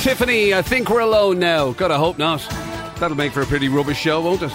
Tiffany, I think we're alone now. Gotta hope not. That'll make for a pretty rubbish show, won't it?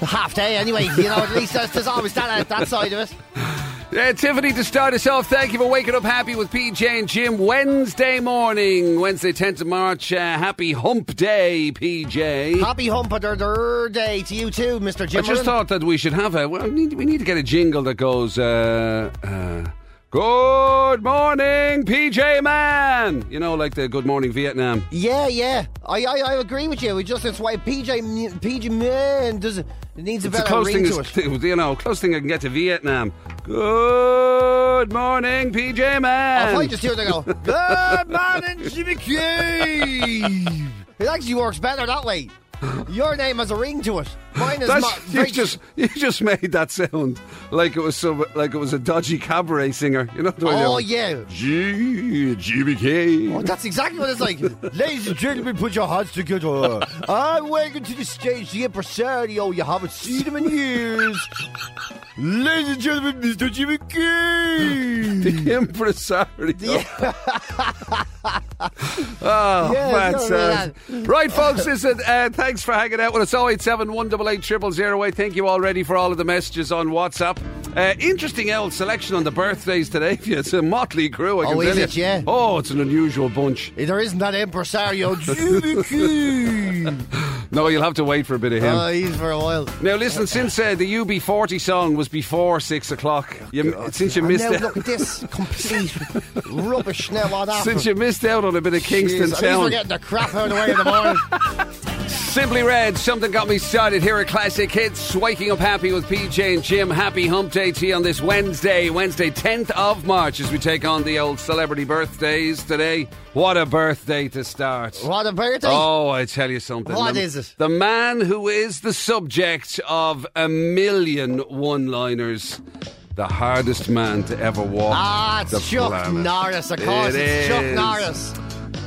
Half day anyway, you know, at least there's, there's always that, that side of it. Uh, Tiffany, to start us off, thank you for waking up happy with PJ and Jim Wednesday morning, Wednesday 10th of March. Uh, happy hump day, PJ. Happy Humper Day to you too, Mr. I Jim. just thought that we should have a. Well, we need, we need to get a jingle that goes. Uh, uh, Good morning, PJ Man. You know, like the Good Morning Vietnam. Yeah, yeah. I, I, I agree with you. It's just it's why PJ M- PJ man does it needs a It's the better close thing, ring is, to it. you know, close thing I can get to Vietnam. Good morning, PJ Oh, Man. if I just hear they go, Good morning, Jimmy Cube. It actually works better that way. Your name has a ring to it. Mine is That's, not. you just you just made that sound like it was some like it was a dodgy cabaret singer. You know the way they Oh were, yeah. G GBK. Oh, that's exactly what it's like. Ladies and gentlemen, put your hands together. I'm welcome to the stage, the impresario. You haven't seen him in years. Ladies and gentlemen, Mr. Jimmy Key. The impresario. oh, Yeah, fantastic. Right, folks, listen, uh, thanks for hanging out with us. 087 188 000. I thank you already for all of the messages on WhatsApp. Uh, interesting old selection on the birthdays today. It's a motley crew, I can Oh, tell is you. it? Yeah. Oh, it's an unusual bunch. There isn't that impresario, Jimmy Key. No, you'll have to wait for a bit of him. Oh, he's for a while. now, listen, since uh, the UB40 song was before 6 o'clock, you, since you And missed now it. look at this complete rubbish now on after. Since you missed out on a bit of Kingston Jeez, at least Town. we're getting the crap out of the way in the morning. Simply Red, something got me started. Here are classic hits. Waking up happy with PJ and Jim. Happy hump day to you on this Wednesday, Wednesday, 10th of March, as we take on the old celebrity birthdays today. What a birthday to start. what a birthday. Oh, I tell you something. What What is is it? The man who is the subject of a million one liners. The hardest man to ever walk. Ah, it's the Chuck planet. Norris, of course. It it's Chuck is. Norris.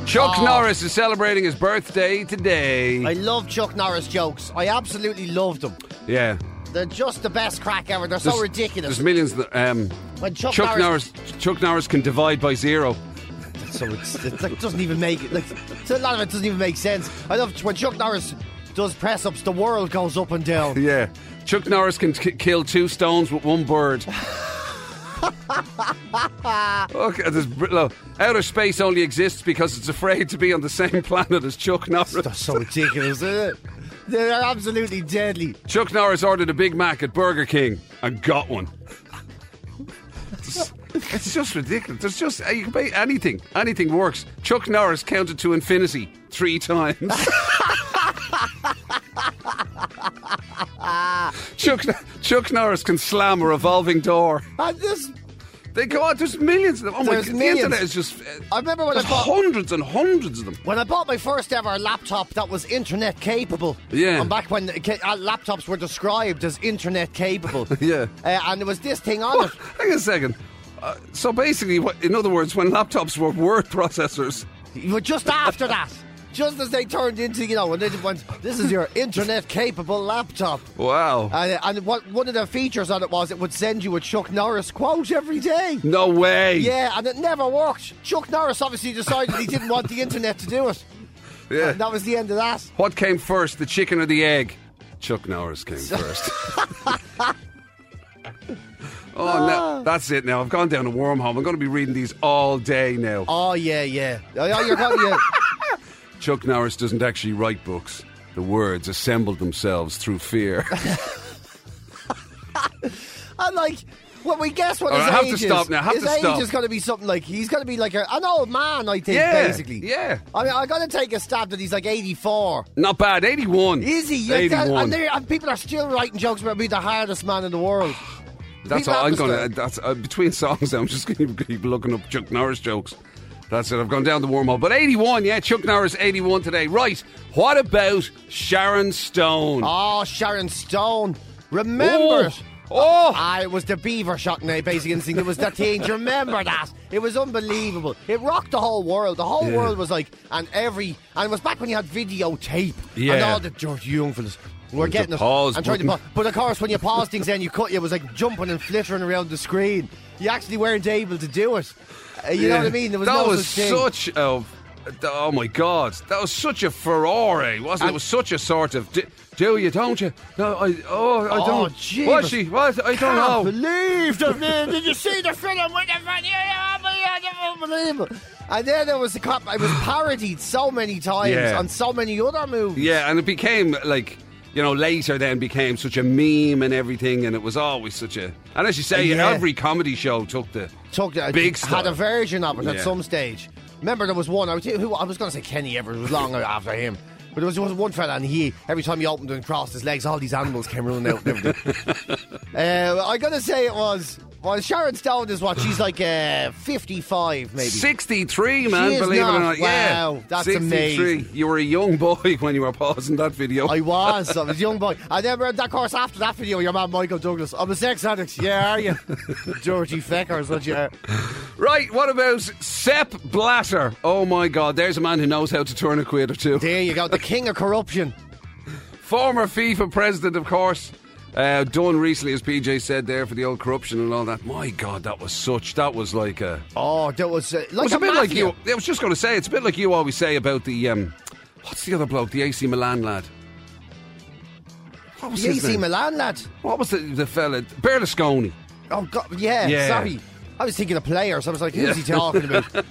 Chuck Oh. Norris is celebrating his birthday today. I love Chuck Norris jokes. I absolutely love them. yeah. They're just the best crack ever. They're so There's- ridiculous. There's millions. That, um, When Chuck, Chuck Norris. Chuck Norris can divide by zero. so it's, it's like, doesn't even make it. Like so a lot of it doesn't even make sense. I love when Chuck Norris does press ups. The world goes up and down. Yeah. Chuck Norris can k- kill two stones with one bird. okay, this, br- look, outer space only exists because it's afraid to be on the same planet as Chuck Norris. They're so ridiculous. isn't it? They're absolutely deadly. Chuck Norris ordered a Big Mac at Burger King and got one. It's- It's just ridiculous. There's just you can pay anything. Anything works. Chuck Norris counted to infinity three times. Chuck Chuck Norris can slam a revolving door. And this, They go on. There's millions of them. Oh my There's god! millions. The internet is just. I remember when I there's bought- hundreds and hundreds of them. when I bought my first ever laptop, that was internet capable. Yeah. And back when uh, ca- uh, laptops were described as internet capable. Yeah. Uh, and there was this thing on What? it. Hang on a second. Uh, so basically, what, in other words, when laptops were word processors, You were just after that. Just as they turned into, you know, when they went, this is your internet capable laptop. wow. And, and what one of the features on it was it would send you a Chuck Norris quote every day. no way. Yeah, and it never worked. Chuck Norris obviously decided he didn't want the internet to do it. Yeah. And that was the end of that. What came first, the chicken or the egg? Chuck Norris came first. oh, no, that's it now. I've gone down a wormhole. I'm going to be reading these all day now. Oh, yeah, yeah. Oh, yeah, you're going, yeah. Chuck Norris doesn't actually write books. The words assembled themselves through fear. And like, when we guess what All his right, I have to age stop is, now, I have his to age stop. is going to be something like he's going to be like a, an old man, I think, Yeah, basically. yeah. I mean, I'm going to take a stab that he's like 84. Not bad. 81. Is he? Like that, 81. and, they're- and people are still writing jokes about being the hardest man in the world. that's people all. I'm have to going to. That's uh, between songs. I'm just going to keep looking up Chuck Norris jokes. That's it. I've gone down the wormhole. But 81, yeah, Chuck Norris 81 today. Right. What about Sharon Stone? Oh, Sharon Stone. Remember. it. Oh. Oh. Ah, it was the beaver shot now, basic instinct. It was the thing. Do you remember that? It was unbelievable. It rocked the whole world. The whole Yeah. world was like, and every, and it was back when you had videotape. And Yeah. all the dirty young fellas were the getting it. pause and trying to button. pause. But of course, when you paused things then you cut, it was like jumping and flittering around the screen. You actually weren't able to do it. Uh, you know Yeah. what I mean? There was that no was such thing. such a Oh my God, that was such a furore, wasn't it? It was such a sort of do, do you, don't you? No, I oh I Oh, don't. Jesus. Was she? What? I don't can't know. believe the man. Did you see the film with the video? Unbelievable. And then there was the cop. It was parodied so many times Yeah. on so many other movies. Yeah, and it became like you know later then became such a meme and everything, and it was always such a. And as you say, Yeah. every comedy show took the Took the, Big uh, had a stuff. version of it at Yeah. some stage. Remember, there was one. I was, who, I was going to say Kenny Everett. It was long after him. But there was, there was one fella, and he every time he opened and crossed his legs, all these animals came running out. and everything. uh, I gotta say it was. Well, Sharon Stone is what she's like, uh, fifty-five maybe. 63, man, is believe it or not. not. Yeah. Wow, that's 63. amazing. You were a young boy when you were pausing that video. I was. I was a young boy. I remember that course after that video, your man Michael Douglas. I'm a sex addict. Yeah, are you? Georgie Feckers, what you? are. Right, what about Sepp Blatter? Oh my God, there's a man who knows how to turn a quid or two. There you go. The king of corruption. Former FIFA president, of course. Uh, done recently, as PJ said there, for the old corruption and all that. My God, that was such. That was like a. Oh, that was uh, like It was a, bit like mafia. you. I was just going to say, it's a bit like you always say about the. Um, what's the other bloke? The AC Milan lad. What was The his AC name? Milan lad. What was the, the fella? Berlusconi. Oh God, yeah, Yeah. Sorry, I was thinking of players. I was like, who's he talking about?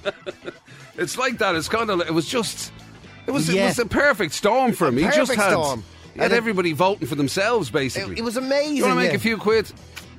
It's like that. It's kind of. It was just. It was. It Yeah. was a perfect storm for him. He just perfect had. storm. Had And it- everybody voting for themselves, basically. It, it was amazing. You want to make yeah. a few quid?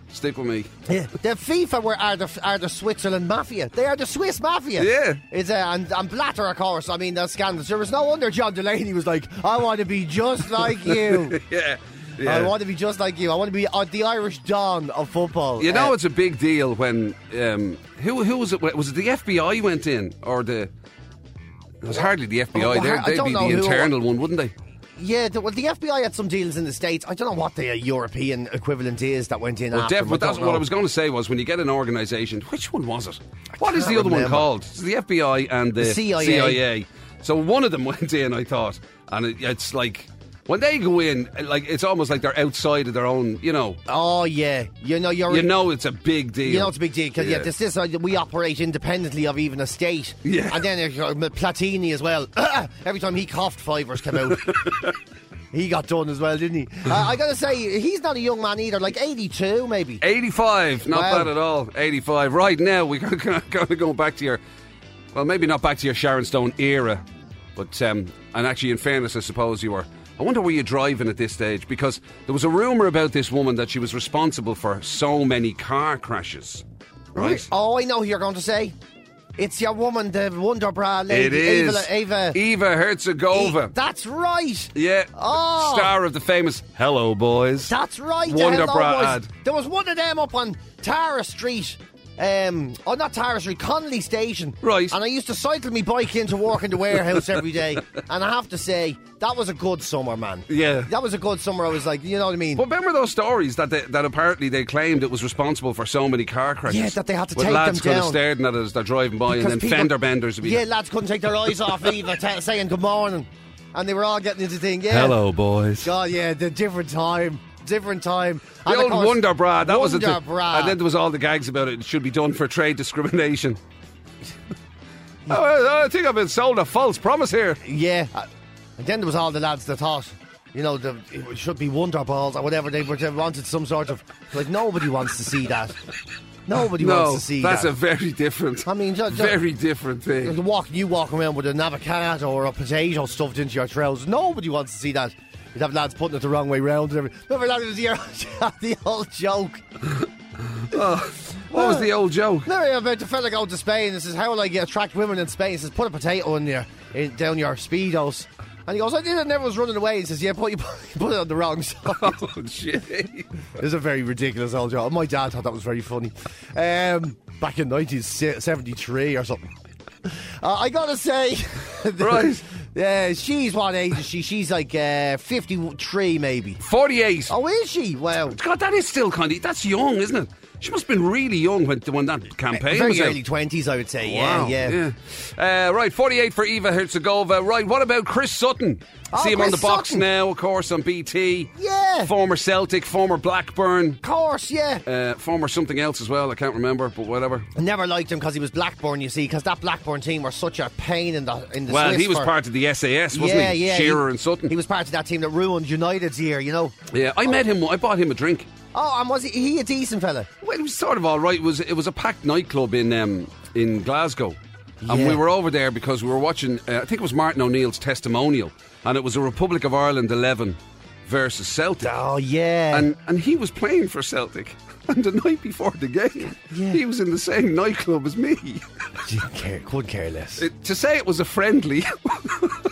Stick with me. Yeah. The FIFA were are the, are the Switzerland mafia. They are the Swiss mafia. Yeah. It's uh, and and Blatter, of course. I mean, the scandals. There was no wonder John Delaney was like, I want to be just like you. Yeah. I Yeah. want to be just like you. I want to be uh, the Irish Don of football. You know, Uh, it's a big deal when um, who who was it? Was it the FBI went in or the? It was hardly the Oh, FBI. well, They'd- I They'd don't be know the who it internal one, wouldn't they? yeah. The, well, the FBI had some deals in the states. I don't know what the uh, European equivalent is that went in. Well, after def- them. but that's Ah, don't what I know. was going to say was when you get an organisation, which one was it? What is can't the other one remember. called? It's the FBI and the, The CIA. So one of them went in, I thought, and it, it's like when they go in, like it's almost like they're outside of their own. You know, Oh yeah. You know you're. you know, it's a big deal. You know it's a big deal because yeah. Yeah. this is uh, we operate independently of even a state. Yeah. and then uh, Platini as well. Every time he coughed, fivers came out. he got done as well, didn't he? Uh, I gotta say, he's not a young man either. Like eighty-two, maybe. 85, not Wow. bad at all. 85. Right now, we're going to go back to your, well, maybe not back to your Sharon Stone era, but, um, and actually, in fairness, I suppose you were. I wonder were you driving at this stage because there was a rumour about this woman that she was responsible for so many car crashes. Right? Oh, I know who you're going to say. It's your woman, the Wonder Bra lady, It is E, Ava. Ava. Eva Herzegova. E- that's right. yeah. Oh. Star of the famous Hello Boys. That's right. the Wonder Hello Bra Boys. ad. There was one of them up on Tara Street. Um, oh, not Tara Street, Connolly Station. Right. And I used to cycle my bike into work in the warehouse every day. And I have to say, that was a good summer, man. Yeah. That was a good summer. I was like, you know what I mean? But remember those stories that they, that apparently they claimed it was responsible for so many car crashes. Yeah, that they had to With take lads them kind of down. staring at it as they're driving by, Because and then people- fender benders would be. Yeah, lads couldn't take their eyes off either, t- saying good morning. And they were all getting into the thing. Yeah. boys. God, yeah, the different time. Different time. The And of old course- Wonder Bra, that was a Wonder thing. Bra. And then there was all the gags about it, it should be done for trade discrimination. oh, I- I think I've been sold a false promise here. Yeah. uh, And then there was all the lads that thought, you know, the, it should be Wonder Balls or whatever. They, were, they wanted some sort of. Like, nobody wants to see that. Nobody no, wants to see that's a that. very different, I mean, ju- ju- very different thing. The walk, you walking around with an avocado or a potato stuffed into your trousers. Nobody wants to see that. You'd have lads putting it the wrong way round and everything. Remember that was the, the old joke. Oh, What was the old joke? No, about the fella going uh, to Spain and says, How will I get attract women in Spain? He says, Put a potato in your in, down your speedos. And he goes, I did it and everyone's running away. He says, Yeah, but you put, you put it on the wrong side. Oh, gee. It's a very ridiculous old joke. My dad thought that was very funny. Um, back in 1973 or something. Uh, I gotta say, Right. Yeah, she's what age is she? She's like uh, 53, maybe. Forty-eight. Oh, is she? Wow. God, that is still kind of that's young, isn't it? She must have been really young when, when that campaign Very was out. early 20s, I would say. Wow. Yeah, yeah. Uh, right, 48 for Eva Herzegovina. Right, what about Chris Sutton? Oh, See him on the Chris box Sutton. now, of course, on BT. Yeah. Former Celtic, former Blackburn, Of course, yeah. uh, former something else as well. I can't remember, but whatever. I never liked him because he was Blackburn, you see, because that Blackburn team were such a pain in the in the well, Swiss he was for- part of the SAS, wasn't yeah, he? yeah. Shearer he- and Sutton. He was part of that team that ruined United's year, you know. yeah, I met him. I bought him a drink. Oh, and was he, he a decent fella? Well, it was sort of all right. It was it was a packed nightclub in um, in Glasgow, and Yeah. we were over there because we were watching. Uh, I think it was Martin O'Neill's testimonial, and it was a Republic of Ireland eleven versus Celtic, Oh, yeah. and and he was playing for Celtic. And the night before the game, Yeah. he was in the same nightclub as me. Didn't care, couldn't care less. It- to say it was a friendly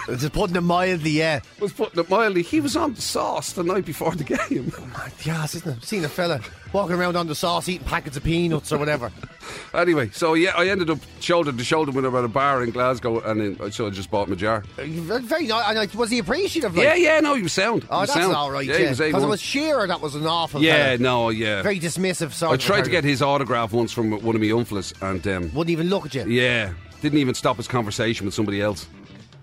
Just putting it mildly, yeah. was putting it mildly. He was on the sauce the night before the game. Ah, Yes, isn't it? Seen a fella walking around on the sauce eating packets of peanuts or whatever. Anyway, so yeah, I ended up shoulder to shoulder with him at a bar in Glasgow, and then, so I just bought him a jar. Very nice. And I- was he appreciative? Like, Yeah, yeah, no, he was sound. Oh, he was that's sound. all right. Yeah, he was Because it A1. was Shearer that was an awful. yeah fella. no, yeah. Very dismissive. Sort I of tried to person. get his autograph once from one of my unfellas, and um, Wouldn't even look at you. yeah, didn't even stop his conversation with somebody else.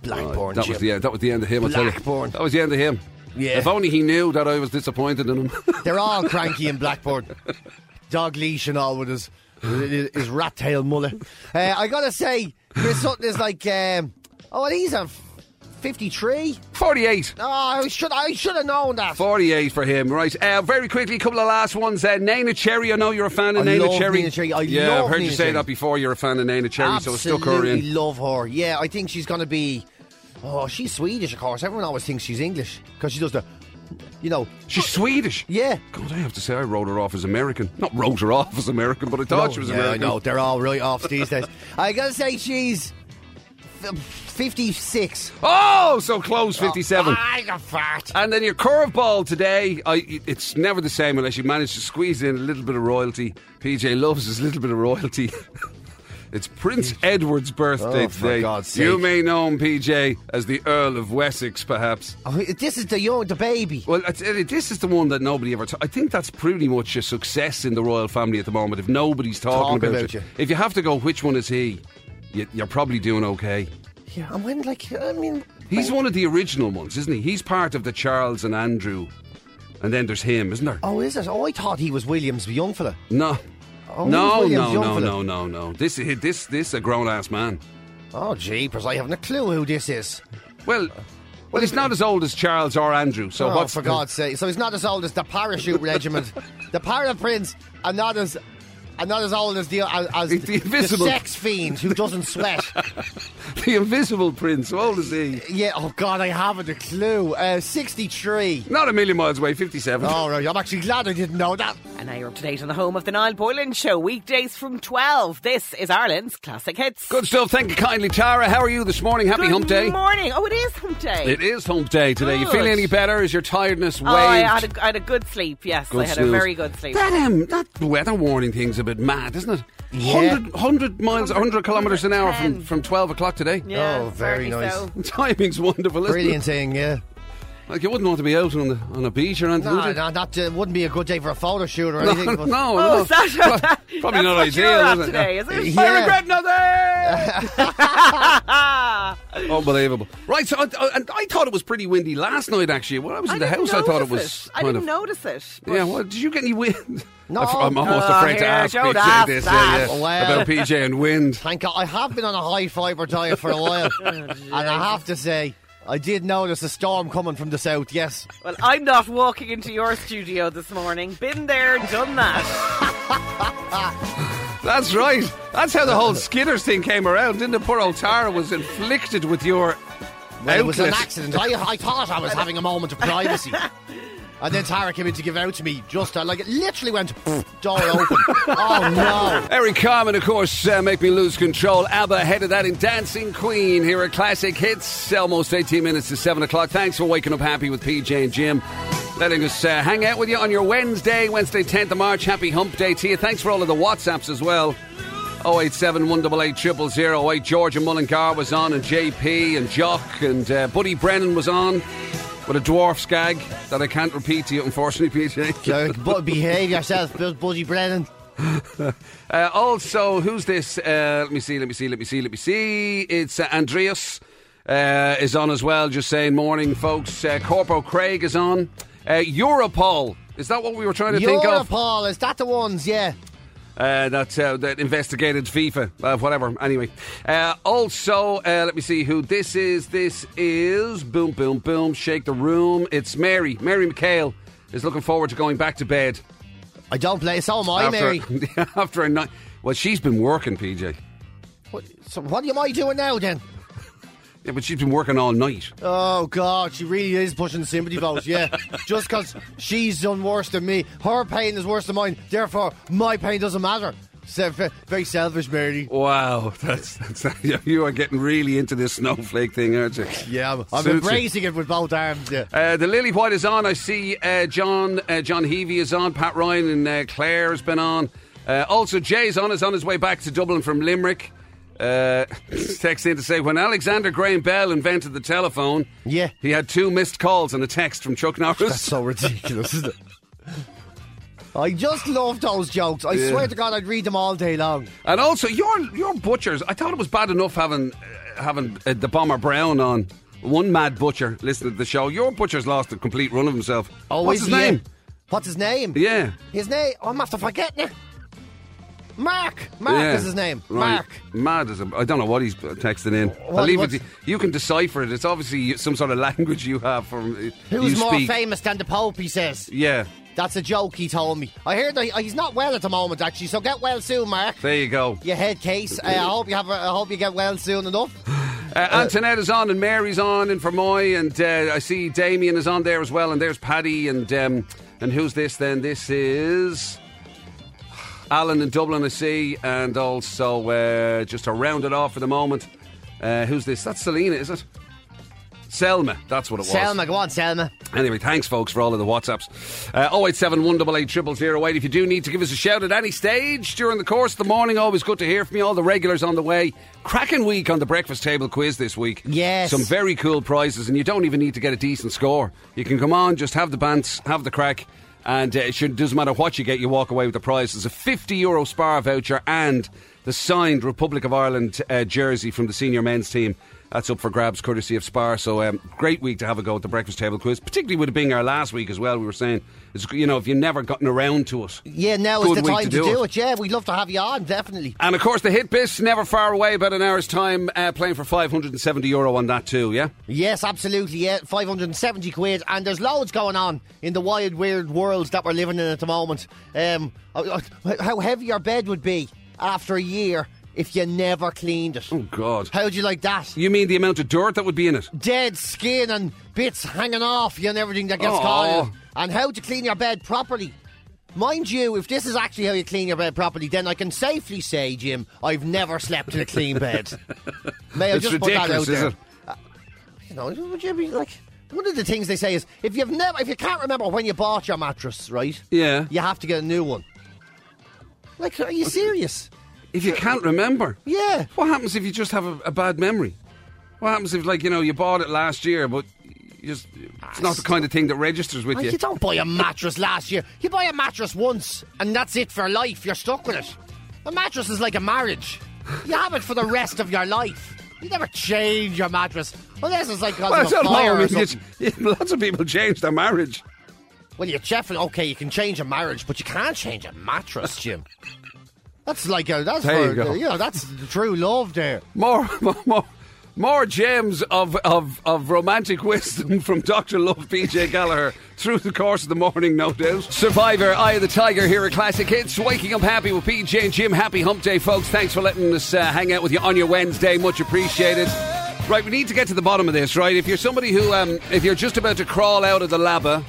Blackburn. that was Jim. the that was the end of him. I tell you, Blackburn. that was the end of him. Yeah. If only he knew that I was disappointed in him. They're all cranky in Blackburn. Dog leash and all with his his rat tail mullet. Uh, I gotta say, Chris Sutton is like, um, oh, and he's a fifty three. Forty-eight. Oh, I should I should have known that. 48 for him, right? Uh, very quickly, a couple of last ones. Uh, Naina Cherry, I know you're a fan of I Naina love Cherry. Naina Cherry. I yeah, love I've heard you Naina say Cherry. that before. You're a fan of Naina Cherry, so I stuck her Absolutely in. love her. Yeah, I think she's gonna be. Oh, she's Swedish, of course. Everyone always thinks she's English because she does the, you know, She's Swedish. yeah. God, I have to say, I wrote her off as American. Not wrote her off as American, but I thought she was yeah, American. I know they're all right off these days. I gotta say, she's f- fifty-six. Oh, so close, 57. I got fat. And then your curveball today, I, it's never the same unless you manage to squeeze in a little bit of royalty. PJ loves his little bit of royalty. it's Prince Edward's birthday Oh, for today. God's You sake. may know him, PJ, as the Earl of Wessex, perhaps. Oh, this is the young, the baby. Well, I tell you, this is the one that nobody ever. ta- I think that's pretty much a success in the royal family at the moment. If nobody's talking, Talking about, about you. you. if you have to go, which one is he? You, you're probably doing okay. Yeah, and when like I mean, He's one of the original ones, isn't he? He's part of the Charles and Andrew, and then there's him, isn't there? oh, is it? Oh, I thought he was William's young fella. No. Oh, no, William's no, young no, fella. no, no, no. This is this this a grown ass man. Oh, jeepers! I haven't a clue who this is. Well, well, he's not as old as Charles or Andrew. So Uh, oh, what's for God's sake! So he's not as old as the parachute regiment, the para prince, and not as. And not as old as the as, as The invisible- sex fiend who doesn't sweat. the Invisible Prince? How old is he? yeah, oh God, I haven't a clue. Uh, Sixty-three. Not a million miles away. Fifty-seven. All right, I'm actually glad I didn't know that. And now you're up to date on the home of the Niall Boylan Show, weekdays from 12. This is Ireland's Classic Hits. Good stuff. Thank you kindly, Tara. How are you this morning? Happy Good Hump Day. morning. Oh, it is hump day. It is Hump Day today. You Good. feeling any better? Is your tiredness Oh, waved? I had, a, I had a good sleep, yes. Good I had snooze. a very good sleep. That um, that weather warning thing's a bit mad, isn't it? Yeah. 100, 100 miles, 100 kilometres an hour from, 110. from 12 o'clock today. yeah, Oh, very certainly nice. So. Timing's wonderful, isn't Brilliant thing, yeah. it? Like, you wouldn't want to be out on, the, on a beach or anything, No, would you? no, that uh, wouldn't be a good day for a photo shoot or anything. no, but- no. Oh, is that, Pro- that's Probably not what ideal, you're at is it? today, is it? Yeah. I regret nothing! Unbelievable. Right, so I, I, and I thought it was pretty windy last night, actually. When I was in the didn't house, I thought it notice was I kind didn't of. notice it. but- Yeah, well, did you get any wind? No. I f- I'm almost Oh, afraid to here, ask don't PJ ask this. that. Yeah, yeah. Well. About PJ and wind. Thank God. I have been on a high fibre diet for a while. Oh, and I have to say, I did notice a storm coming from the south, yes. Well, I'm not walking into your studio this morning. Been there, done that. That's right. That's how the whole Skidders thing came around. Didn't it? Poor old Tara was inflicted with your Well, it was an outlet. accident. I, I thought I was having a moment of privacy. And then Tara came in to give out to me just uh, like it literally went door open. oh no. Eric Carmen, of course, uh, Make Me Lose Control. ABBA ahead of that in Dancing Queen. Here are classic hits. Almost 18 minutes to 7 o'clock. Thanks for waking up happy with PJ and Jim. Letting us uh, hang out with you on your Wednesday, Wednesday 10th of March. Happy Hump Day to you. Thanks for all of the WhatsApps as well. 087 188 0008. George and Mullingar was on, and JP and Jock and uh, Buddy Brennan was on with a dwarf skag that I can't repeat to you, unfortunately, PJ. Derek, but behave yourself, Buzz Buzzy Brennan. Uh, also, who's this? Uh, let me see, let me see, let me see, let me see. It's uh, Andreas uh, is on as well, just saying morning, folks. Uh, Corpo Craig is on. Uh, Europol. Is that what we were trying to think of? Europol, is that the ones? Yeah. Uh, that, uh, that investigated FIFA, uh, whatever. Anyway, uh, also uh, let me see who this is. This is boom, boom, boom. Shake the room. It's Mary. Mary McHale is looking forward to going back to bed I don't play. So am I, after Mary. after a night. Well, she's been working, PJ. What, so what am I doing now then? Yeah, but she's been working all night. Oh God, she really is pushing sympathy votes. Yeah, just because she's done worse than me, her pain is worse than mine. Therefore, my pain doesn't matter. Se- ve- Very selfish, Mary. Wow, that's that's you are getting really into this snowflake thing, aren't you? Yeah, I'm, I'm Suits you. embracing it with both arms. Yeah. Uh, the Lily White is on. I see uh, John uh, John Heavey is on. Pat Ryan and uh, Claire has been on. Uh, also, Jay's on. Is on his way back to Dublin from Limerick. Uh, text in to say when Alexander Graham Bell invented the telephone. Yeah. he had two missed calls and a text from Chuck Norris. That's so ridiculous, isn't it? I just love those jokes. I swear to God, I'd read them all day long. And also, your your butchers. I thought it was bad enough having uh, having uh, the bomber Brown on. One mad butcher listening to the show. Your butcher's lost a complete run of himself. Oh, What's his yeah. name? What's his name? Yeah. His name? I'm after forgetting it. Mark. Mark yeah. is his name. Right. Mark. Mad as a. I don't know what he's texting in. I'll What- leave it. what's- to- You can decipher it. It's obviously some sort of language you have from. Who's you more speak. famous than the Pope? He says. Yeah. That's a joke he told me. I hear that he's not well at the moment, actually. So get well soon, Mark. There you go. Your head case. Uh, I hope you have. A, I hope you get well soon enough. Uh, Antoinette is on and Mary's on and Fermoy and uh, I see Damien is on there as well and there's Paddy and um, and who's this then? This is Alan in Dublin I see and also uh, just to round it off for the moment. Uh, who's this? That's Selena, is it? Selma, that's what it was. Selma, go on, Selma. Anyway, thanks, folks, for all of the WhatsApps. Uh, 087 188 0008. If you do need to give us a shout at any stage during the course of the morning, always good to hear from you. All the regulars on the way. Cracking week on the breakfast table quiz this week. Yes. Some very cool prizes, and you don't even need to get a decent score. You can come on, just have the bants, have the crack. And uh, it should, doesn't matter what you get, you walk away with the prize. There's a 50 euro spar voucher and the signed Republic of Ireland uh, jersey from the senior men's team. That's up for grabs, courtesy of Spar. So, um, great week to have a go at the breakfast table quiz, particularly with it being our last week as well. We were saying, it's, you know, if you've never gotten around to it, Yeah, now is Good the week time to to, do do, it. it. Yeah, we'd love to have you on, definitely. And of course, the hit bis never far away, about an hour's time, uh, playing for 570 euro on that too, yeah? Yes, absolutely. Yeah, five hundred and seventy quid, and there's loads going on in the wild, weird world that we're living in at the moment. Um, uh, uh, how heavy your bed would be after a year if you never cleaned it. Oh, God. How'd you like that? You mean the amount of dirt that would be in it? dead skin and bits hanging off you and everything that gets Aw. caught in it. And how to clean your bed properly. Mind you, if this is actually how you clean your bed properly, then I can safely say, Jim, I've never slept in a clean bed. May I It's just put that out ridiculous, there? Uh, is it? You know, would you be like one of the things they say is if you've never, if you can't remember when you bought your mattress, right? Yeah. You have to get a new one. Like, are you serious? If you can't remember. Yeah. What happens if you just have a, a bad memory? What happens if, like, you know, you bought it last year, but you just it's not the kind of thing that registers with Like, you? you don't buy a mattress last year. You buy a mattress once, and that's it for life. You're stuck with it. A mattress is like a marriage. You have it for the rest of your life. You never change your mattress unless it's like 'cause Well, of it's a not fire horrible. or You something. just- lots of people change their marriage. Well, you're Jeffrey. Okay, you can change a marriage, but you can't change a mattress, Jim. That's like a that's There you for, go. you know that's true love there. More, more, more, more gems of, of, of romantic wisdom from Dr. Love PJ Gallagher through the course of the morning, no doubt. Survivor, Eye of the Tiger here at Classic Hits. Waking up happy with PJ and Jim. Happy hump day, folks. Thanks for letting us uh, hang out with you on your Wednesday. Much appreciated. Right, we need to get to the bottom of this, right? If you're somebody who, um, if you're just about to crawl out of the lava,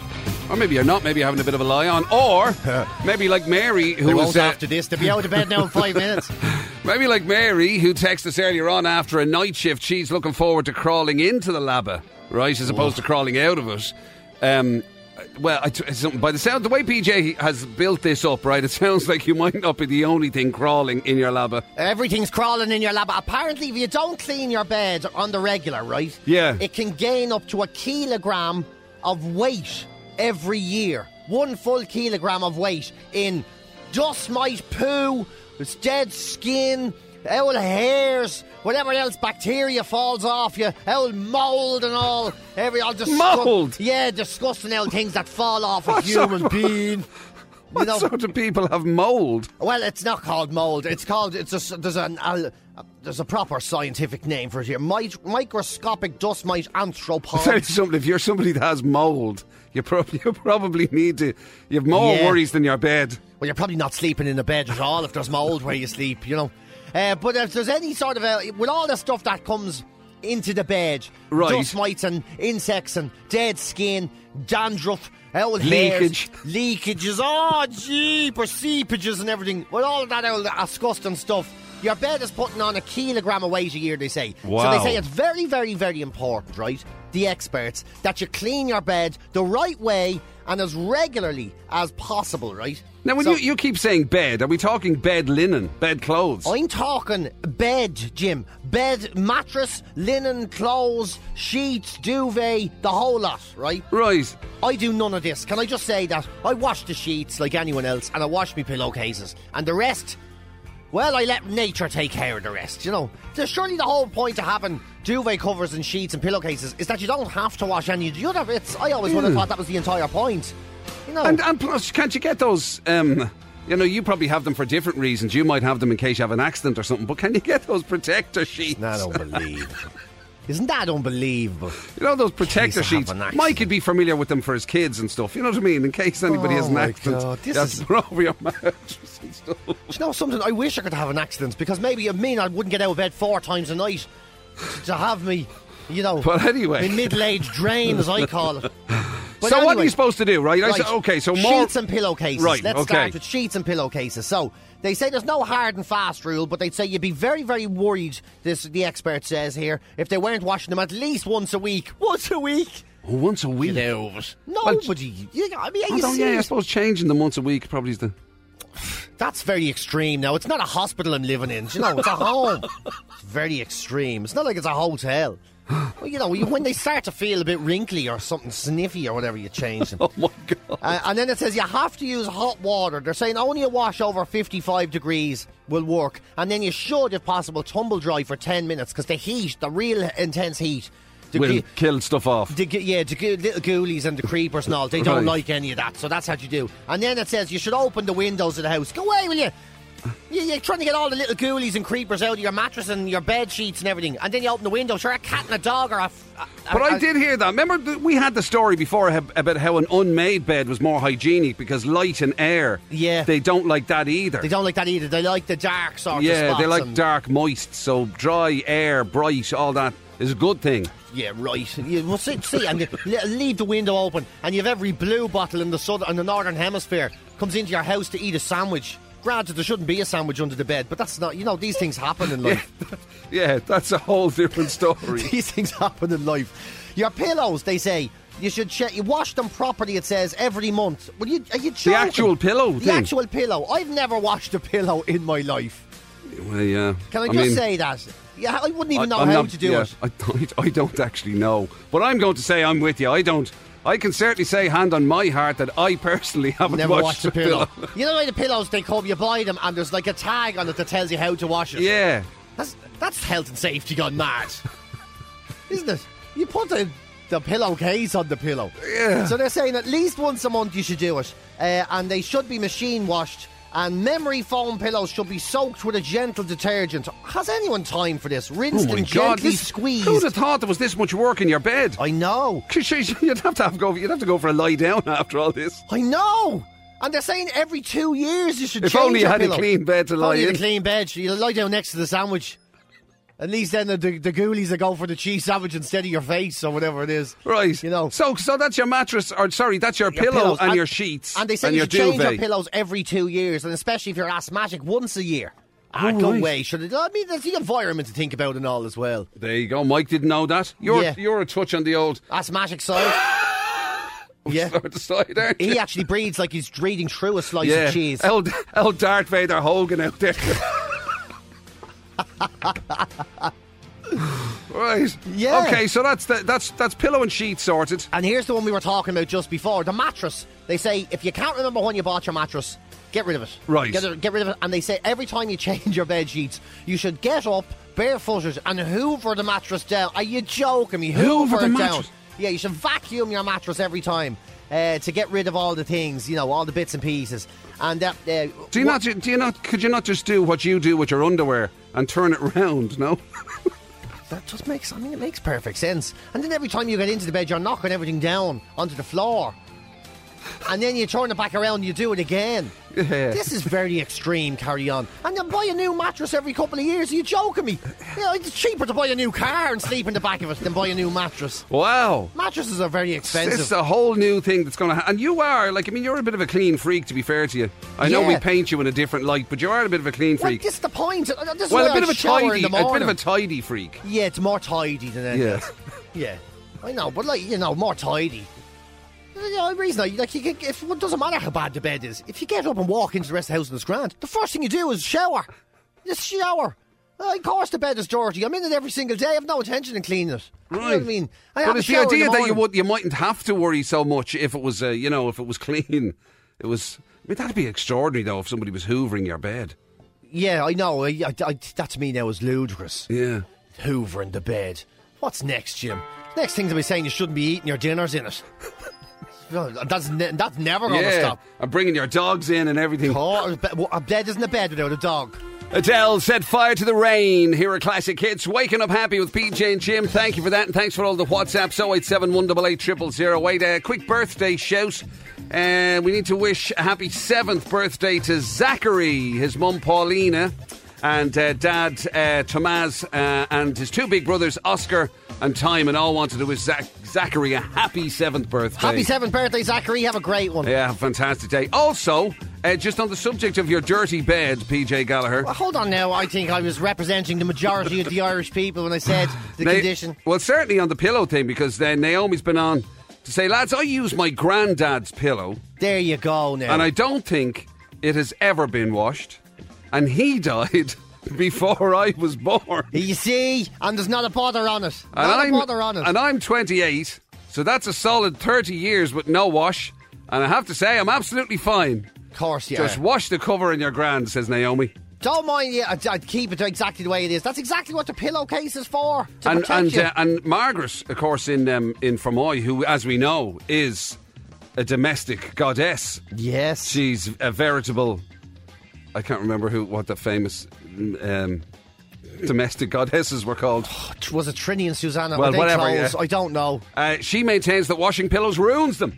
or maybe you're not, maybe you're having a bit of a lie on, or maybe like Mary, who They was won't uh, after this. They'll be out of bed now in five minutes. Maybe like Mary, who texted us earlier on after a night shift, she's looking forward to crawling into the lava, right, as opposed to crawling out of it. Um, well, I t- it's something- by the sound, the way PJ has built this up, right, it sounds like you might not be the only thing crawling in your lava. Everything's crawling in your lab. Apparently, if you don't clean your bed on the regular, right? Yeah. It can gain up to a kilogram of weight every year. One full kilogram of weight in dust mites, poo, it's dead skin, owl hairs, whatever else bacteria falls off you, owl mould and all, every all disgust- Mould? Yeah, disgusting old things that fall off a What sort human of- being. What sort of people have mould? Well, it's not called mold. It's called it's a, there's an uh, there's a proper scientific name for it here. Mit- microscopic dust mite I'll tell you anthropod. something, if you're somebody that has mould, you, prob- you probably need to. You have more Yeah. worries than your bed. well, you're probably not sleeping in a bed at all if there's mold where you sleep, you know. Uh, but if there's any sort of uh, with all the stuff that comes into the bed, Right. dust mites and insects and dead skin, dandruff, owl Leakage. hairs, leakages, oh jeepers, seepages and everything. With all of that old disgusting stuff, your bed is putting on a kilogram of weight a year. They say. So Wow. they say it's very, very, very important, right? The experts that you clean your bed the right way and as regularly as possible, right? Now, when So- you, you keep saying bed, are we talking bed linen, bed clothes? I'm talking bed, Jim. Bed, mattress, linen, clothes, sheets, duvet, the whole lot, right? Right. I do none of this. Can I just say that I wash the sheets like anyone else and I wash my pillowcases. And the rest, well, I let nature take care of the rest, you know. There's surely the whole point of having duvet covers and sheets and pillowcases is that you don't have to wash any of the other bits. I always would have thought that was the entire point. You know, And, uh, and plus, can't you get those? Um, you know, you probably have them for different reasons. You might have them in case you have an accident or something, but can you get those protector sheets? not unbelievable. Isn't that unbelievable? You know, those protector Case I have sheets? an accident. Mike could be familiar with them for his kids and stuff. You know what I mean? In case anybody Oh has an my accident. God, this That's is- over your mattress and stuff. Do you know something? I wish I could have an accident because maybe it'd mean I wouldn't get out of bed four times a night to- to have me, you know. But anyway. my middle-aged drain, as I call it. But so, what are anyway, you supposed to do, right? I right, said, okay, so more. sheets and pillowcases. Right, Let's okay. start with sheets and pillowcases. So they say there's no hard and fast rule, but they'd say you'd be very, very worried. This the expert says here if they weren't washing them at least once a week. Once a week. Oh, once a week. Well, Nobody. you, I mean, are you Although, yeah, I serious? suppose changing them once a week probably is the. That's very extreme now. It's not a hospital I'm living in. You know, it's a home. It's very extreme. It's not like it's a hotel. Well, you know, you- when they start to feel a bit wrinkly or something sniffy or whatever, you change them. Oh my god! Uh, and then it says you have to use hot water. They're saying only a wash over 55 degrees will work. And then you should, if possible, tumble dry for 10 minutes because the heat, the real intense heat, the Will ge- kill stuff off. the, g- yeah, the g- little ghoulies and the creepers and all, they don't Right. like any of that. So that's how you do. And then it says you should open the windows of the house. Go away, will you? You- You're trying to get all the little ghoulies and creepers out of your mattress and your bed sheets and everything. And then you open the window. Sure, a cat and a dog or a. f- a- But a- I did hear that. Remember, th- we had the story before ab- about how an unmade bed was more hygienic because light and air. Yeah. They don't like that either. They don't like that either. They like the dark sort of yeah, they spots like and- dark, moist. So dry air, bright, all that is a good thing. Yeah, right. You, well, see, see and you le- leave the window open, and you have every blue bottle in the southern, in the northern hemisphere comes into your house to eat a sandwich. Granted, there shouldn't be a sandwich under the bed, but that's not. You know, these things happen in life. Yeah, that's a whole different story. These things happen in life. Your pillows, they say. You should check. You wash them properly. It says every month. Well, you are you joking? actual pillow The thing. actual pillow. I've never washed a pillow in my life. well, yeah. Can I, just mean, say that? Yeah, I wouldn't even know I'm how not- to do yeah, it. I don't, I don't actually know. But I'm going to say I'm with you. I don't. I can certainly say, hand on my heart, that I personally haven't Never watched washed the a pillow. you know the way the pillows they come, you buy them, and there's like a tag on it that tells you how to wash it. Yeah. That's that's health and safety gone mad, isn't it? You put the the pillowcase on the pillow. Yeah. So they're saying at least once a month you should do it, uh, and they should be machine washed. And memory foam pillows should be soaked with a gentle detergent. Has anyone time for this? Oh Rinsed and gently this- Who'd squeezed. have thought there was this much work in your bed? I know. Jeez, You'd have to have go. You'd have to go for a lie down after all this. I know. And they're saying every two years you should If change only you your had a pillow. clean bed to If lie only you in. had a clean bed. so You lie down next to the sandwich. At least then the, the, the ghoulies that go for the cheese sandwich instead of your face or whatever it is. Right. You know. So, so that's your mattress, or sorry, that's your, Your pillow pillows. and, your sheets And they say and you your should change your duvet. pillows every two years, and especially if you're asthmatic, once a year. Ah, go right. away. Should it? I mean, there's the environment to think about and all as well. There you go. Mike didn't know that. You're Yeah. you're a touch on the old Asthmatic side. yeah. sort of side, aren't you? He actually breathes like he's breathing through a slice Yeah. of cheese. Old, old Darth Vader Hogan out there. Right. Yeah. Okay, so that's the, that's that's pillow and sheet sorted. And here's the one we were talking about just before the mattress. They say if you can't remember when you bought your mattress, get rid of it. Right. Get, it- get rid of it. And they say every time you change your bed sheets, you should get up barefooted and hoover the mattress down. Are you joking me? Hoover the Hoover, it down. mattress? Yeah, you should vacuum your mattress every time uh, to get rid of all the things, you know, all the bits and pieces. And that. Uh, Do you wha- not? Do you not? Could you not just do what you do with your underwear and turn it round? No. That just makes, I mean, it makes perfect sense. And then every time you get into the bed, you're knocking everything down onto the floor. And then you turn it back around and you do it again. Yeah. This is very extreme, carry on. And then buy a new mattress every couple of years. Are you joking me? You know, it's cheaper to buy a new car and sleep in the back of it than buy a new mattress. Wow. Mattresses are very expensive. This is a whole new thing that's going to happen. And you are, like, I mean, you're a bit of a clean freak, to be fair to you. I know we Yeah. paint you in a different light, but you are a bit of a clean well, freak. this is the point. Uh, This is well, why a bit I of a shower in tidy, the a bit morning. of a tidy freak. yeah, it's more tidy than anything. Yeah. Yeah, I know, but like you know, more tidy. The only reason, I, like, you can, if it doesn't matter how bad the bed is, if you get up and walk into the rest of the house and it's grand, the first thing you do is shower. Just shower. Uh, of course, the bed is dirty. I'm in it every single day. I have no intention of cleaning it. You know what Right. I mean, I have But a it's the shower in idea that you morning. would, you mightn't have to worry so much if it was, uh, you know, if it was clean. It was. I mean, that'd be extraordinary though if somebody was hoovering your bed. Yeah, I know. I, I, I, that to me now is ludicrous. Yeah. Hoovering the bed. What's next, Jim? Next thing to be saying you shouldn't be eating your dinners in it. that's ne- that's never going to Yeah. stop. And bringing your dogs in and everything. Oh, a, be- a bed isn't a bed without a dog. Adele set fire to the rain. Here are classic hits. Waking up happy with PJ and Jim. Thank you for that, and thanks for all the WhatsApps. Oh, 087 188 0008. A quick birthday shout. And we need to wish a happy seventh birthday to Zachary, his mum Paulina, and uh, dad uh, Tomaz, uh, and his two big brothers Oscar and Time, and all wanted to wish Zach- Zachary a happy seventh birthday. Happy seventh birthday, Zachary. Have a great one. yeah, have a fantastic day. Also, uh, just on the subject of your dirty bed, PJ Gallagher. Well, hold on now. I think I was representing the majority of the Irish people when I said the Na- condition. Well, certainly on the pillow thing, because then Naomi's been on to say, lads, I use my granddad's pillow, There you go now. and I don't think it has ever been washed, and he died before I was born. you see, and there's not a bother on it. and Not a I'm bother on it. and I'm 28, so that's a solid 30 years with no wash, and I have to say I'm absolutely fine. of course, yeah. Just wash the cover in your grand, says Naomi. Don't mind you. I'd, I'd keep it exactly the way it is. That's exactly what the pillowcase is for. To and protect and you. uh, and Margaret, of course, in um, in Fermoy, who, as we know, is a domestic goddess. yes. She's a veritable. I can't remember who what the famous um, domestic goddesses were called. was it Trini and Susanna? Well, Were they whatever, trolls? yeah. I don't know. Uh, she maintains that washing pillows ruins them.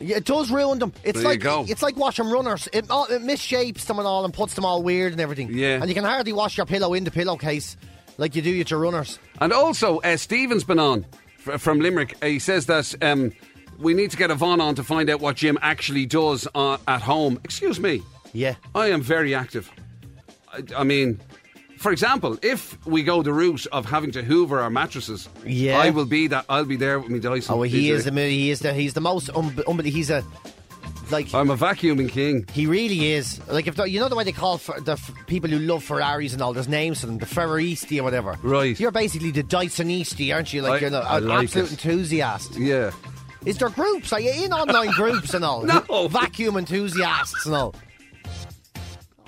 Yeah, it does ruin them. It's There you like go. it's like washing runners. It, all- it misshapes them and all, and puts them all weird and everything. Yeah. and you can hardly wash your pillow in the pillowcase like you do with your runners. And also, uh, Stephen's been on fr- from Limerick. Uh, he says that um, we need to get Yvonne on to find out what Jim actually does uh, at home. Excuse me. Yeah. I am very active. I, I mean, for example, if we go the route of having to hoover our mattresses, Yeah. I will be that. I'll be there with me Dyson. Oh, well, he DJ. is the mo- he is the he's the most unbe- unbe- he's a like I'm a vacuuming king. he really is like if the, you know the way they call for the f- people who love Ferraris and all. There's names for them, the Ferraristi or whatever. Right. You're basically the Dysonisti, aren't you? Like I- you're the, I an like absolute it. enthusiast. Yeah. Is there groups? Are you in online groups and all? No. Vacuum enthusiasts and all.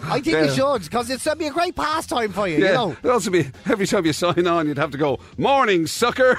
I think Yeah. you should, because it's would be a great pastime for you, Yeah. you know. It'd also be every time you sign on, you'd have to go, Morning, suckers.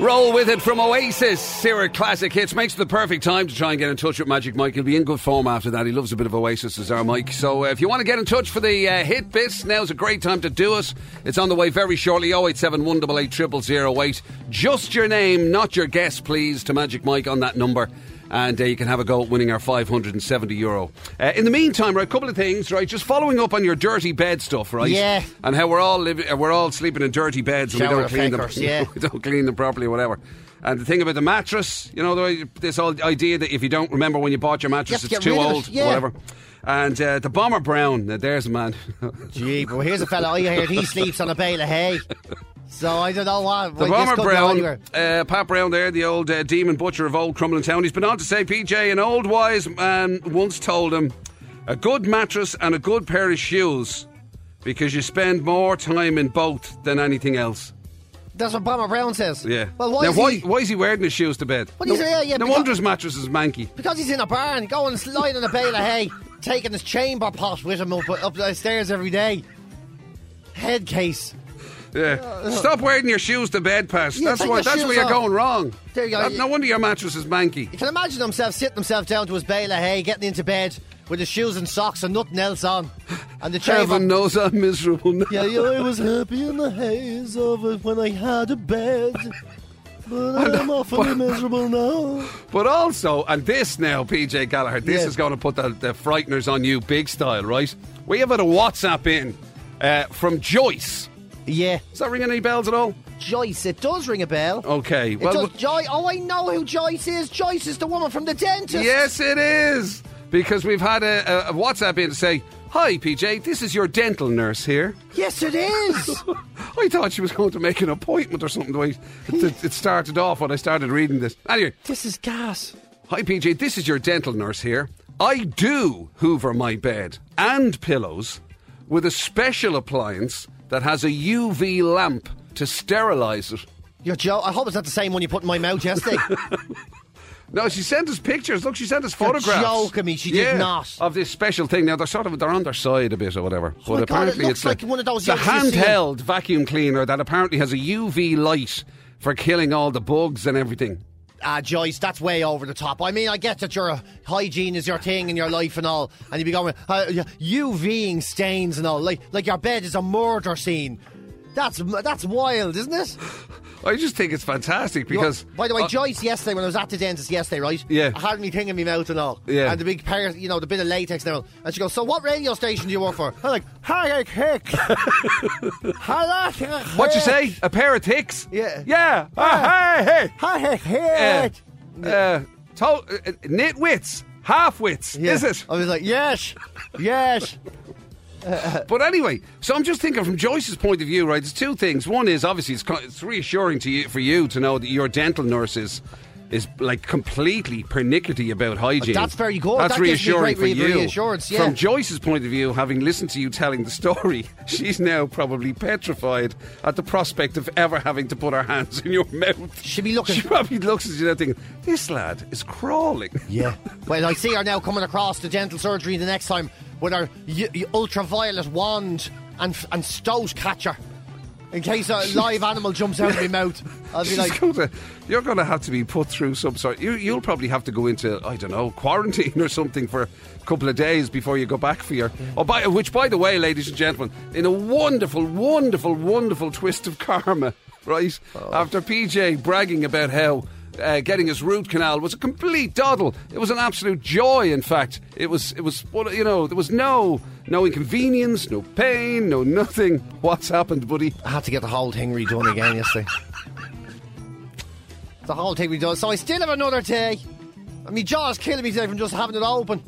Roll with it from Oasis. Sarah Classic Hits makes the perfect time to try and get in touch with Magic Mike. He'll be in good form after that. He loves a bit of Oasis, as our Mike. So uh, if you want to get in touch for the uh, hit bits, now's a great time to do it. It's on the way very shortly. 087 188 0008. Just your name, not your guess, please, to Magic Mike on that number. And uh, you can have a go at winning our 570 euro. Uh, in the meantime, right, a couple of things, right? Just following up on your dirty bed stuff, right? Yeah. And how we're all living, uh, we're all sleeping in dirty beds and we Shower don't clean them. fakers, yeah. we don't clean them properly or whatever. And the thing about the mattress, you know, the way- this whole idea that if you don't remember when you bought your You mattress, have to it's get too rid of it, old, yeah. whatever. And uh, the bomber brown, now there's a man. Gee, but here's a fella I heard he sleeps on a bale of hay. So I don't know what. the well, this bomber could go brown, anywhere. uh, Pat Brown, there, the old uh, demon butcher of old Crumlin Town. He's been on to say, PJ, an old wise man once told him, a good mattress and a good pair of shoes, because you spend more time in both than anything else. That's what Bomber Brown says. Yeah. Well, why now, is why, he? why is he wearing his shoes to bed? What do you no, say? Yeah, yeah, No because- wonder his mattress is manky. Because he's in a barn, going lying on a bale of hay, taking his chamber pot with him up, up the stairs every day. Head case. Yeah. Stop wearing your shoes to bed, Pat. Yeah, that's take why. your That's where shoes you're off. going wrong. There you go. That- no wonder your mattress is manky. You can imagine himself sitting himself down to his bale of hay, getting into bed with his shoes and socks and nothing else on, and the chamber. Heaven knows I'm miserable now. Yeah, yeah, I was happy in the haze of it when I had a bed. But I'm awfully miserable now. But also, and this now, PJ Gallagher, this Yeah. is going to put the, the frighteners on you big style, right? We have had a WhatsApp in uh, from Joyce. Yeah, Oh, Is that ringing any bells at all? Joyce, it does ring a bell. Okay. It does, Joy. Oh, I know who Joyce is. Joyce is the woman from the dentist. Yes, it is. Because we've had a, a, a WhatsApp in to say, Hi, PJ, this is your dental nurse here. Yes, it is. I thought she was going to make an appointment or something. The way it, it- it started off when I started reading this. Anyway, this is gas. hi, PJ, this is your dental nurse here. I do hoover my bed and pillows with a special appliance that has a UV lamp to sterilise it. Your Joe. I hope it's not the same one you put in my mouth yesterday. No, she sent us pictures. Look, she sent us photographs. joking me. She did Yeah, not. Oh Of this special thing. Now they're sort of they're on their side a bit or whatever. my God, it looks like one of those the yokes you see in- handheld vacuum cleaner that apparently has a UV light for killing all the bugs and everything. Ah, Joyce, that's way over the top. I mean, I get that your uh, hygiene is your thing in your life and all, and you be going uh, UVing stains and all, like like your bed is a murder scene. That's that's wild, isn't it? I just think it's fantastic You because know, by the way, uh, Joyce yesterday when I was at the dentist yesterday, right? Yeah. I had me thing in my mouth and all. Yeah. And the big pair, you know, the bit of latex and all. And she goes, "So what radio station do you work for?" I'm like, "Harry Hick." What'd you say? A pair of ticks? Yeah. Yeah. Ah, hey, hey. Harry Uh, Hick. uh, to- uh, nitwits. Half wits, Yeah. is it? I was like, "Yes, yes." But anyway, so I'm just thinking from Joyce's point of view, right? There's two things. One is obviously it's, co- it's reassuring to you for you to know that your dental nurse is is like completely pernickety about hygiene. That's very good. That's That gives me reassuring great re- for you. reassurance, yeah. From Joyce's point of view, having listened to you telling the story, she's now probably petrified at the prospect of ever having to put her hands in your mouth. She'd be looking- She probably looks at you now thinking, "This lad is crawling." Yeah. Well, I see her now coming across the dental surgery the next time with her y- y- ultraviolet wand and f- and stoat catcher. In case a live animal jumps out of my mouth, I'll be She's like, gonna- you're going to have to be put through some sort. You, you'll probably have to go into I don't know quarantine or something for a couple of days before you go back for your. Oh, by, which, by the way, ladies and gentlemen, in a wonderful, wonderful, wonderful twist of karma, right? After PJ bragging about how. Uh, getting his root canal was a complete doddle. It was an absolute joy. In fact, it was. It was. well, You know, there was no no inconvenience, no pain, no nothing. What's happened, buddy? I had to get the whole thing redone again yesterday. the whole thing redone. So I still have another day. I mean, jaw's killing me today from just having it open.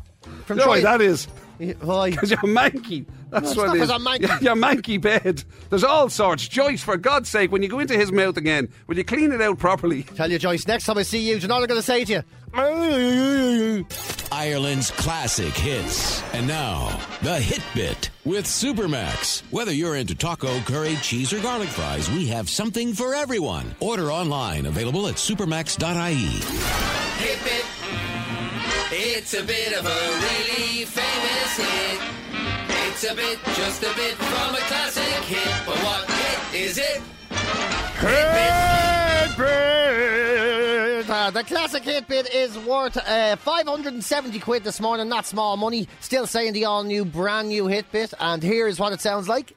From No, trying. that is. Yeah, why? Because you're manky. That's No, what it it's is. not 'cause I'm manky. You're manky bed. There's all sorts. Joyce, for God's sake, when you go into his mouth again, will you clean it out properly? Tell you, Joyce, next time I see you, do you know what I'm going to say to you? Ireland's classic hits. And now, the Hit Bit with Supermax. Whether you're into taco, curry, cheese, or garlic fries, we have something for everyone. Order online, available at supermax.ie. Hip it. It's a bit of a really famous hit. It's a bit, just a bit from a classic hit. But what hit is it? Uh, the classic hit bit is worth uh, 570 quid this morning, not small money. Still saying the all new, brand new hit bit, and here is what it sounds like.